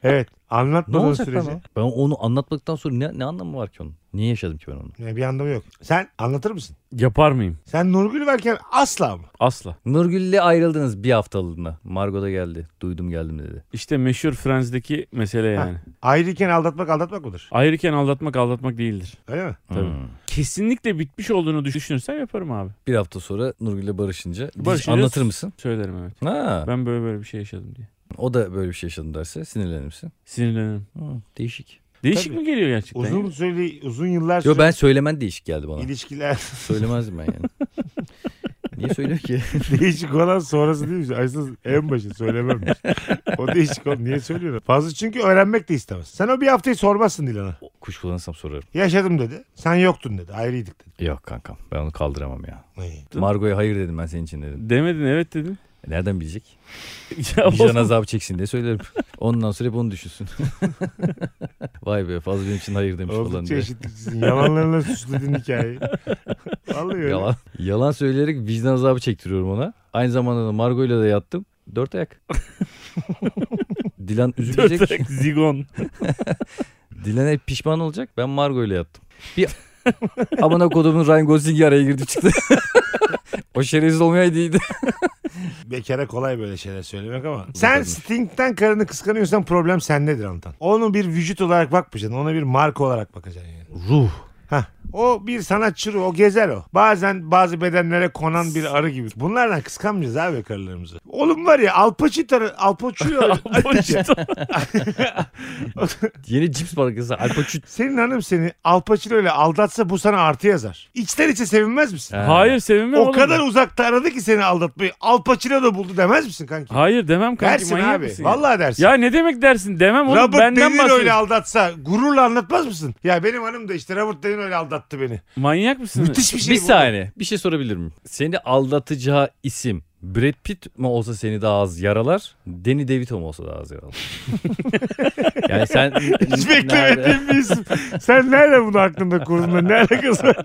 Speaker 8: Evet.
Speaker 5: Ne
Speaker 8: Anlatmadığın
Speaker 5: olacak lan
Speaker 8: sürece.
Speaker 5: o? Ben onu anlatmadıktan sonra ne, ne anlamı var ki onun? Niye yaşadım ki ben onu?
Speaker 8: Ne, Bir anlamı yok. Sen anlatır mısın?
Speaker 9: Yapar mıyım?
Speaker 8: Sen Nurgül verken asla mı?
Speaker 9: Asla.
Speaker 5: Nurgül'le ayrıldınız bir haftalığına. Margot da geldi. Duydum geldim dedi.
Speaker 9: İşte meşhur Friends'deki mesele yani.
Speaker 8: Ayrıyken aldatmak aldatmak mıdır?
Speaker 9: Ayrıken aldatmak aldatmak değildir.
Speaker 8: Öyle mi?
Speaker 9: Tabii.
Speaker 5: Hmm.
Speaker 9: Kesinlikle bitmiş olduğunu düşünürsem yaparım abi.
Speaker 5: Bir hafta sonra Nurgül'le barışınca,
Speaker 9: Barışınca-
Speaker 5: anlatır mısın?
Speaker 9: Söylerim evet.
Speaker 5: Ha,
Speaker 9: Ben böyle böyle bir şey yaşadım diye.
Speaker 5: o da böyle bir şey yaşadım derse sinirlenir misin?
Speaker 9: Sinirlenirim.
Speaker 5: Hı, değişik.
Speaker 9: Değişik
Speaker 8: Tabii.
Speaker 9: mi geliyor gerçekten?
Speaker 8: Uzun süreli uzun yıllar
Speaker 5: Yo
Speaker 8: süren
Speaker 5: ben söylemen değişik geldi bana.
Speaker 8: ilişkiler
Speaker 5: Söylemezdim ben yani. Niye söylüyor ki?
Speaker 8: değişik olan sonrası değil mi? Aslında en başı söylemem. o değişik olan niye söylüyorum? Fazla çünkü öğrenmek de istemez. Sen o bir haftayı sormazsın Dilan'a.
Speaker 5: Kuş kullanırsam sorarım.
Speaker 8: Yaşadım dedi. Sen yoktun dedi. Ayrıydık dedi.
Speaker 5: Yok kankam ben onu kaldıramam ya.
Speaker 8: Ay.
Speaker 5: Margo'ya hayır dedim ben senin için dedim.
Speaker 9: Demedin evet dedin.
Speaker 5: E, Nereden bilecek?
Speaker 9: ya
Speaker 5: Vicdan
Speaker 9: oğlum,
Speaker 5: azabı çeksin diye söylerim. Ondan sonra hep onu düşünsün. Vay be fazla benim için hayır demiş falan
Speaker 8: Oldukça
Speaker 5: diye.
Speaker 8: eşitliksin. Yalanlarla süsledin hikayeyi. Vallahi öyle.
Speaker 5: Yalan, yalan söyleyerek vicdan azabı çektiriyorum ona. Aynı zamanda da Margo'yla da yattım. Dört ayak. Dilan üzülecek.
Speaker 9: dört zigon.
Speaker 5: Dilan hep pişman olacak. Ben Margo'yla yattım. Bir amına kodumun Ryan Gosling'i araya girdi çıktı. o şerefsiz olmayaydıydı.
Speaker 8: Bekara kolay böyle şeyler söylemek ama. Sen Sting'den karını kıskanıyorsan problem sendedir Antan. Onu bir vücut olarak bakmayacaksın. Ona bir marka olarak bakacaksın yani.
Speaker 5: Ruh.
Speaker 8: Hah. O bir sanatçı ruhu, o gezer o. Bazen bazı bedenlere konan bir arı gibi. Bunlardan kıskanmayacağız abi karılarımızı. Oğlum var ya alpaçitarı, alpaçıyor.
Speaker 5: Yeni cips markası Al Pacino.
Speaker 8: Senin hanım seni alpaçilo ile aldatsa bu sana artı yazar. İçten içe sevinmez misin?
Speaker 5: Ha.
Speaker 9: Hayır sevinmem
Speaker 8: o
Speaker 9: oğlum.
Speaker 8: kadar uzakta aradı ki seni aldatmayı. Alpaçilo da buldu demez misin kanki?
Speaker 9: Hayır demem kanki
Speaker 8: dersin
Speaker 9: manyak
Speaker 8: abi.
Speaker 9: mısın ya?
Speaker 8: Vallahi dersin.
Speaker 9: Ya ne demek dersin demem oğlum
Speaker 8: Robert De
Speaker 9: benden
Speaker 8: Niro
Speaker 9: bahsediyorsun.
Speaker 8: öyle aldatsa gururla anlatmaz mısın? Ya benim hanım da işte Robert De Niro öyle aldattı beni.
Speaker 9: Manyak mısın?
Speaker 8: Müthiş bir şey
Speaker 5: bir
Speaker 8: bu.
Speaker 5: saniye. Bir şey sorabilir miyim? Seni aldatacağı isim Brad Pitt mi olsa seni daha az yaralar? Danny DeVito mu olsa daha az yaralar? yani sen...
Speaker 8: Hiç beklemediğim bir isim. Sen nerede bunu aklında kurdun? da? Ne alakası var?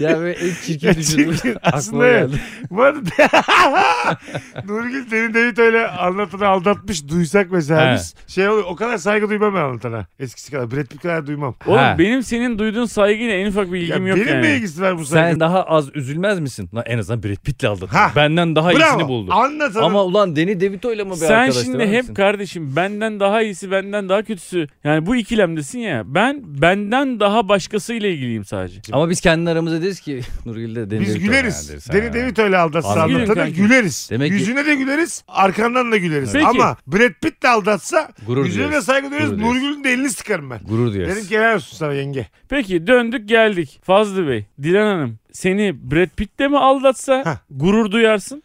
Speaker 5: Ya böyle en çirkin
Speaker 8: Ya
Speaker 5: düşündüm.
Speaker 8: çirkin.
Speaker 5: Aklıma
Speaker 8: Aslında evet.
Speaker 5: geldi.
Speaker 8: Bu arada Nurgül seni David öyle anlatanı aldatmış duysak mesela
Speaker 5: He.
Speaker 8: biz şey oluyor o kadar saygı duymam ben anlatana. Eskisi kadar Brad Pitt kadar duymam.
Speaker 9: Oğlum
Speaker 5: Ha.
Speaker 9: benim senin duyduğun saygıyla en ufak bir
Speaker 8: Ya
Speaker 9: ilgim yok
Speaker 8: benim
Speaker 9: yani.
Speaker 8: ne ilgisi var bu saygı?
Speaker 5: Sen daha az üzülmez misin? Lan en azından Brad Pitt'le aldattın.
Speaker 8: Ha.
Speaker 5: Benden daha iyisini buldu.
Speaker 8: Anlatanın.
Speaker 5: Ama ulan Danny DeVito'yla mı be
Speaker 9: Sen
Speaker 5: arkadaş
Speaker 9: şimdi
Speaker 5: demez
Speaker 9: hep
Speaker 5: misin?
Speaker 9: kardeşim benden daha iyisi benden daha kötüsü. Yani bu ikilemdesin ya. Ben benden daha başkasıyla ilgiliyim sadece.
Speaker 5: Ama biz kendi aramızda deriz ki Nurgül de Danny
Speaker 8: Biz
Speaker 5: DeVito
Speaker 8: güleriz.
Speaker 5: yani deriz.
Speaker 8: Danny
Speaker 5: Ha.
Speaker 8: DeVito öyle aldatsa
Speaker 5: Anladım.
Speaker 8: anlatanı
Speaker 9: Kanki.
Speaker 8: güleriz.
Speaker 5: Demek ki-
Speaker 8: Yüzüne de güleriz arkandan da güleriz.
Speaker 9: Peki.
Speaker 8: Ama Brad Pitt de aldatsa
Speaker 5: Gurur
Speaker 8: yüzüne de
Speaker 5: duyarız.
Speaker 8: saygı duyarız.
Speaker 5: Gurur duyarız.
Speaker 8: Nurgül'ün de elini sıkarım ben.
Speaker 5: Gurur
Speaker 8: Dedim
Speaker 5: duyarız.
Speaker 8: ki helal olsun sana yenge.
Speaker 9: Peki döndük geldik. Fazlı Bey, Dilan Hanım seni Brad Pitt'le mi aldatsa
Speaker 8: Heh.
Speaker 9: gurur duyarsın?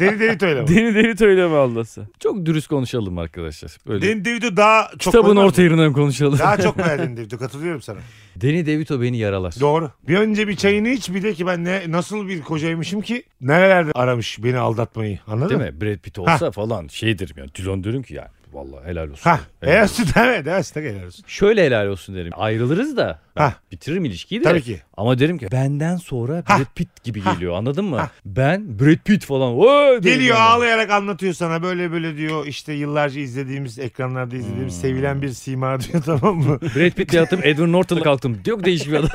Speaker 8: Danny DeVito öyle.
Speaker 9: Danny DeVito'yla mi aldatsa?
Speaker 5: Çok dürüst konuşalım arkadaşlar. Böyle
Speaker 8: Danny DeVito daha çok
Speaker 5: kitabın
Speaker 8: koymaz mı?
Speaker 5: orta yerinden konuşalım.
Speaker 8: Daha çok beğendin DeVito katılıyorum sana.
Speaker 5: Danny DeVito beni yaralar.
Speaker 8: Doğru. Bir önce bir çayını iç bir de ki ben ne, nasıl bir kocaymışım ki nerelerde aramış beni aldatmayı anladın
Speaker 5: Değil
Speaker 8: mı?
Speaker 5: mi? Brad Pitt olsa falan şeydir yani. Dilon derim ki yani. Vallahi helal olsun.
Speaker 8: Ha,
Speaker 5: Helal
Speaker 8: evet.
Speaker 5: olsun.
Speaker 8: evet, evet, evet, helal olsun.
Speaker 5: Şöyle helal olsun derim. Ayrılırız da ben
Speaker 8: Ha.
Speaker 5: bitiririm ilişkiyi de.
Speaker 8: Tabii ki.
Speaker 5: Ama derim ki benden sonra
Speaker 8: Ha.
Speaker 5: Brad Pitt gibi geliyor anladın mı? Ben Brad Pitt falan. "Vay!" derim
Speaker 8: Geliyor
Speaker 5: yani.
Speaker 8: ağlayarak anlatıyor sana böyle böyle diyor işte yıllarca izlediğimiz ekranlarda izlediğimiz
Speaker 9: Hmm.
Speaker 8: sevilen bir sima diyor tamam mı?
Speaker 5: Brad Pitt'le yattım Edward Norton'la kalktım. Yok değişik bir adam.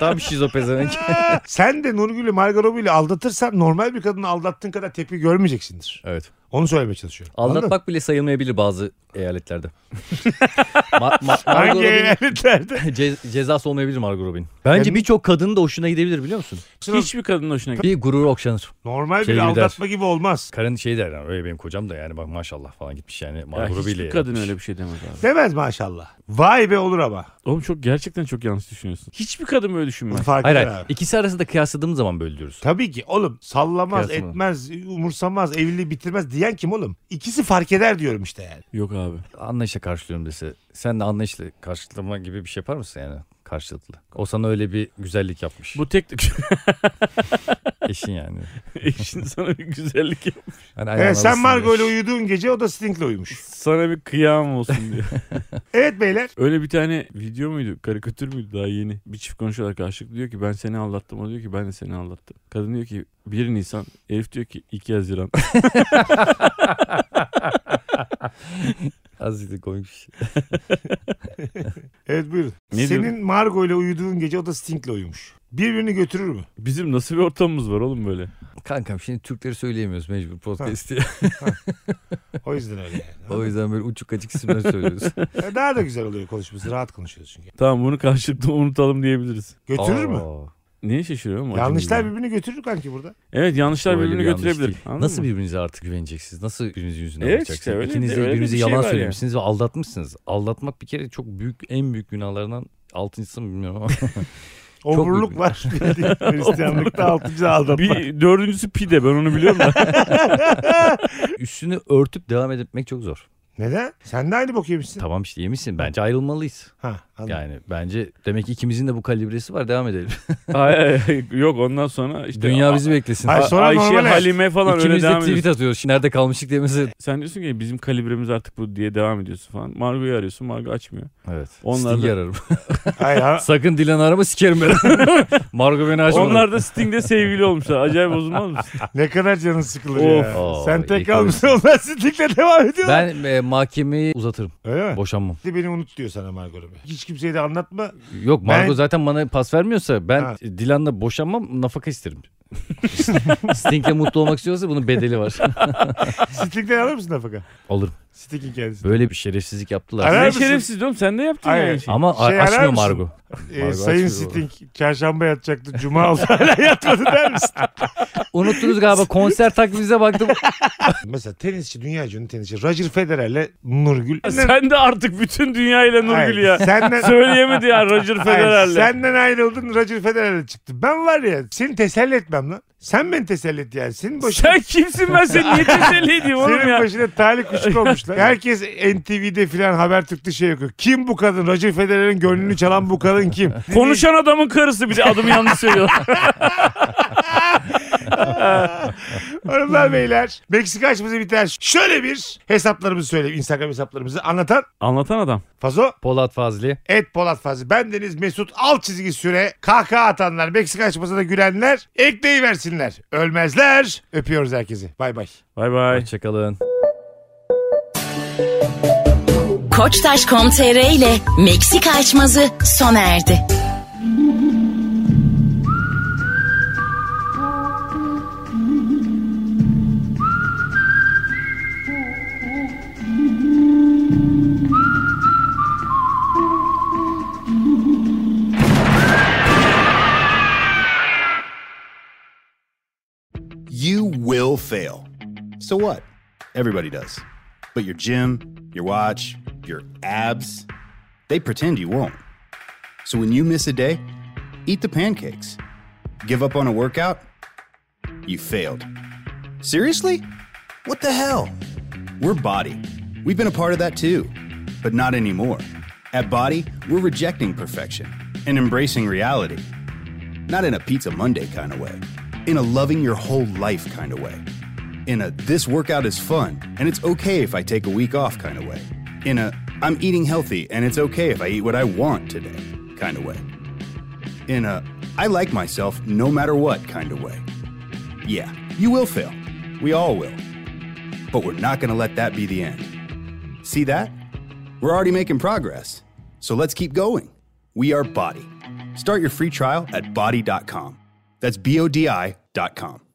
Speaker 5: Tam şizopezenek.
Speaker 8: Sen de Nurgül'ü Margot Robbie'yle aldatırsan normal bir kadını aldattığın kadar tepki görmeyeceksindir.
Speaker 5: Evet.
Speaker 8: Onu söylemeye çalışıyorum. Anladın mı?
Speaker 5: Aldatmak bile sayılmayabilir bazı eyaletlerde. Ma- ma- Margot
Speaker 3: Hangi
Speaker 5: Robbie'nin
Speaker 3: eyaletlerde?
Speaker 5: ce- cezası olmayabilir Margot Robin. Bence birçok kadının da hoşuna gidebilir biliyor musun?
Speaker 9: Hiçbir kadının hoşuna gitmiyor.
Speaker 5: Bir gurur okşanır.
Speaker 8: Normal bir
Speaker 5: Şey gibi der.
Speaker 8: aldatma gibi olmaz.
Speaker 5: Karın şey der yani öyle benim kocam da yani bak maşallah falan gitmiş yani
Speaker 9: Ya
Speaker 5: Margot Robbie'yle.
Speaker 9: hiçbir kadın öyle bir şey demez abi.
Speaker 8: Demez maşallah. Vay be olur ama.
Speaker 9: Oğlum çok gerçekten çok yanlış düşünüyorsun. Hiçbir kadın böyle düşünmez.
Speaker 8: Fark
Speaker 5: Hayır
Speaker 8: eder
Speaker 5: hayır
Speaker 8: abi.
Speaker 5: ikisi arasında kıyasladığımız zaman böyle diyoruz.
Speaker 8: Tabii ki oğlum sallamaz
Speaker 5: Kıyaslamaz.
Speaker 8: etmez umursamaz evliliği bitirmez diyen kim oğlum? İkisi fark eder diyorum işte yani.
Speaker 9: Yok abi.
Speaker 5: Anlayışla karşılıyorum dese sen de anlayışla karşılama gibi bir şey yapar mısın yani karşılıklı? O sana öyle bir güzellik yapmış.
Speaker 9: Bu tek
Speaker 5: Eşin yani.
Speaker 9: eşin sana bir güzellik yap.
Speaker 5: Hani
Speaker 8: Evet,
Speaker 5: ayağın
Speaker 8: sen
Speaker 5: arasında-
Speaker 8: Margo ile uyuduğun gece o da Sting'le uyumuş.
Speaker 9: Sana bir kıyam olsun diyor.
Speaker 8: Evet beyler.
Speaker 9: Öyle bir tane video muydu? Karikatür müydü daha yeni? Bir çift konuşuyorlar karşılıklı diyor ki ben seni aldattım. O diyor ki ben de seni aldattım. Kadın diyor ki 1 Nisan. Elif diyor ki 2 Haziran.
Speaker 5: Azıcık da komik bir şey.
Speaker 8: Evet buyurun.
Speaker 9: Ne
Speaker 8: Senin
Speaker 9: diyorum?
Speaker 8: Margo ile uyuduğun gece o da Sting'le uyumuş. Birbirini götürür mü?
Speaker 9: Bizim nasıl bir ortamımız var oğlum böyle?
Speaker 5: Kankam şimdi Türkleri söyleyemiyoruz mecbur podcast diye.
Speaker 8: O yüzden öyle yani.
Speaker 5: o yüzden böyle uçuk açık isimler söylüyoruz.
Speaker 8: E, Daha da güzel oluyor konuşması. Rahat konuşuyoruz çünkü.
Speaker 9: Tamam bunu karşılıklı unutalım diyebiliriz.
Speaker 8: Götürür mü?
Speaker 5: Aa,
Speaker 9: Niye şaşırıyorum? acaba?
Speaker 8: Yanlışlar birbirini götürür kanki burada.
Speaker 9: Evet yanlışlar
Speaker 5: öyle
Speaker 9: birbirini
Speaker 5: bir yanlış
Speaker 9: götürebilir.
Speaker 5: değil.
Speaker 9: Anladın
Speaker 5: Nasıl
Speaker 9: mı?
Speaker 5: birbirinize artık güveneceksiniz? Nasıl birbirinizin yüzüne
Speaker 9: Evet
Speaker 5: bakacaksınız?
Speaker 9: işte öyle-
Speaker 5: İkiniz de
Speaker 9: öyle bir
Speaker 5: birbirinize
Speaker 9: şey var
Speaker 5: yalan
Speaker 9: yani.
Speaker 5: söylemişsiniz ve aldatmışsınız. Aldatmak bir kere çok büyük en büyük günahlarından altıncısı mı bilmiyorum ama.
Speaker 8: Oburluk
Speaker 5: büyük.
Speaker 8: var. Hristiyanlıkta altıncı aldatma.
Speaker 9: Bir dördüncüsü pide ben onu biliyorum da.
Speaker 5: Üstünü örtüp devam etmek çok zor.
Speaker 8: Neden? Sen de aynı bok yemişsin.
Speaker 5: Tamam işte yemişsin. Bence ayrılmalıyız.
Speaker 8: Ha, anladım.
Speaker 5: Yani bence demek ki ikimizin de bu kalibresi var. Devam edelim.
Speaker 9: Hayır, hayır, hayır. yok ondan sonra işte
Speaker 5: Dünya
Speaker 9: A-
Speaker 5: bizi beklesin.
Speaker 8: Ay,
Speaker 9: A-
Speaker 8: sonra
Speaker 9: Ayşe
Speaker 8: normal-
Speaker 9: Halime falan öyle
Speaker 5: İkimiz de
Speaker 9: devam
Speaker 5: tweet
Speaker 9: ediyorsun.
Speaker 5: atıyoruz. Şimdi nerede kalmıştık diye mesela.
Speaker 9: Sen diyorsun ki bizim kalibremiz artık bu diye devam ediyorsun falan. Margo'yu arıyorsun Margo açmıyor.
Speaker 5: Evet.
Speaker 9: Onlar
Speaker 5: Sting'i
Speaker 9: da-
Speaker 5: ararım.
Speaker 8: Hayır, ha-
Speaker 5: Sakın Dilan arama sikerim ben. Margo beni açmadı.
Speaker 9: Onlar da Sting'de sevgili olmuşlar. Acayip bozulmaz mısın?
Speaker 8: ne kadar canın sıkılır
Speaker 9: Of.
Speaker 8: ya.
Speaker 5: Oo,
Speaker 8: Sen
Speaker 5: iyi
Speaker 8: tek kalmışsın.
Speaker 5: koymuşsun.
Speaker 8: Onlar Sting'le devam ediyorlar.
Speaker 5: Ben e, mahkemeyi uzatırım.
Speaker 8: Öyle mi?
Speaker 5: Boşanmam.
Speaker 8: Bir de beni unut diyor sana Margot Robbie. Hiç kimseye de anlatma.
Speaker 5: Yok Margo
Speaker 8: Ben-
Speaker 5: zaten bana pas vermiyorsa ben
Speaker 8: Ha.
Speaker 5: Dilan'la boşanmam nafaka isterim. Sting'le mutlu olmak istiyorsa bunun bedeli var.
Speaker 8: Sting'den alır mısın nafaka?
Speaker 5: Olur.
Speaker 8: Sting'in kendisi.
Speaker 5: Böyle bir şerefsizlik yaptılar.
Speaker 8: Arar
Speaker 9: ne
Speaker 8: mısın?
Speaker 9: şerefsiz diyorum sen de yaptın
Speaker 8: Aynen.
Speaker 9: yani. Şey.
Speaker 5: Ama a-
Speaker 8: Şey arar
Speaker 5: açmıyor
Speaker 8: mısın?
Speaker 5: Margo.
Speaker 8: Ee,
Speaker 5: Margot
Speaker 8: sayın
Speaker 5: açmıyor
Speaker 8: Sting çarşamba yatacaktı. Cuma oldu hala yatmadı der misin?
Speaker 5: Unuttunuz galiba konser takvimimize baktım.
Speaker 8: Mesela tenisçi, dünya ünlü tenisçi Roger Federer'le Nurgül.
Speaker 9: Sen de artık bütün dünya ile Nurgül
Speaker 8: Hayır,
Speaker 9: ya.
Speaker 8: Senden,
Speaker 9: Söyleyemedi ya Roger
Speaker 8: hayır,
Speaker 9: Federer'le.
Speaker 8: senden ayrıldın Roger Federer'le çıktı. Ben var ya seni teselli etmem lan. Sen beni teselli et yani. Senin başına,
Speaker 9: Sen kimsin ben seni niye teselli edeyim oğlum
Speaker 8: senin
Speaker 9: ya?
Speaker 8: başına talih kuşu olmuşlar. Herkes NTV'de filan Habertürk'te şey yapıyor. Kim bu kadın? Roger Federer'in gönlünü çalan bu kadın kim?
Speaker 9: Konuşan adamın karısı bir de adımı yanlış söylüyor.
Speaker 8: Hanımlar beyler Meksika açımızı biter. Şöyle bir hesaplarımızı söyleyeyim. Instagram hesaplarımızı anlatan
Speaker 9: Anlatan adam.
Speaker 8: Fazo
Speaker 5: Polat Fazlı.
Speaker 8: Et Polat Fazlı. Bendeniz Mesut alt çizgi süre. Kahkaha atanlar, Meksika açmasına gülenler ekleyiversinler. Ölmezler. Öpüyoruz herkesi. Bay bay.
Speaker 9: Bay bay.
Speaker 5: Hoşçakalın.
Speaker 7: Koçtaş.com.tr ile Meksika açmazı sona erdi.
Speaker 1: You will fail. So what? Everybody does. But your gym, your watch, your abs, they pretend you won't. So when you miss a day, eat the pancakes. Give up on a workout? You failed. Seriously? What the hell? We're Body. We've been a part of that too, but not anymore. At Body, we're rejecting perfection and embracing reality not in a Pizza Monday kind of way, in a loving your whole life kind of way, in a this workout is fun and it's okay if I take a week off kind of way, in a I'm eating healthy and it's okay if I eat what I want today kind of way, in a I like myself no matter what kind of way. Yeah, you will fail. We all will. But we're not going to let that be the end. See that? We're already making progress. So let's keep going. We are Body. Start your free trial at body.com. That's B O D I.com.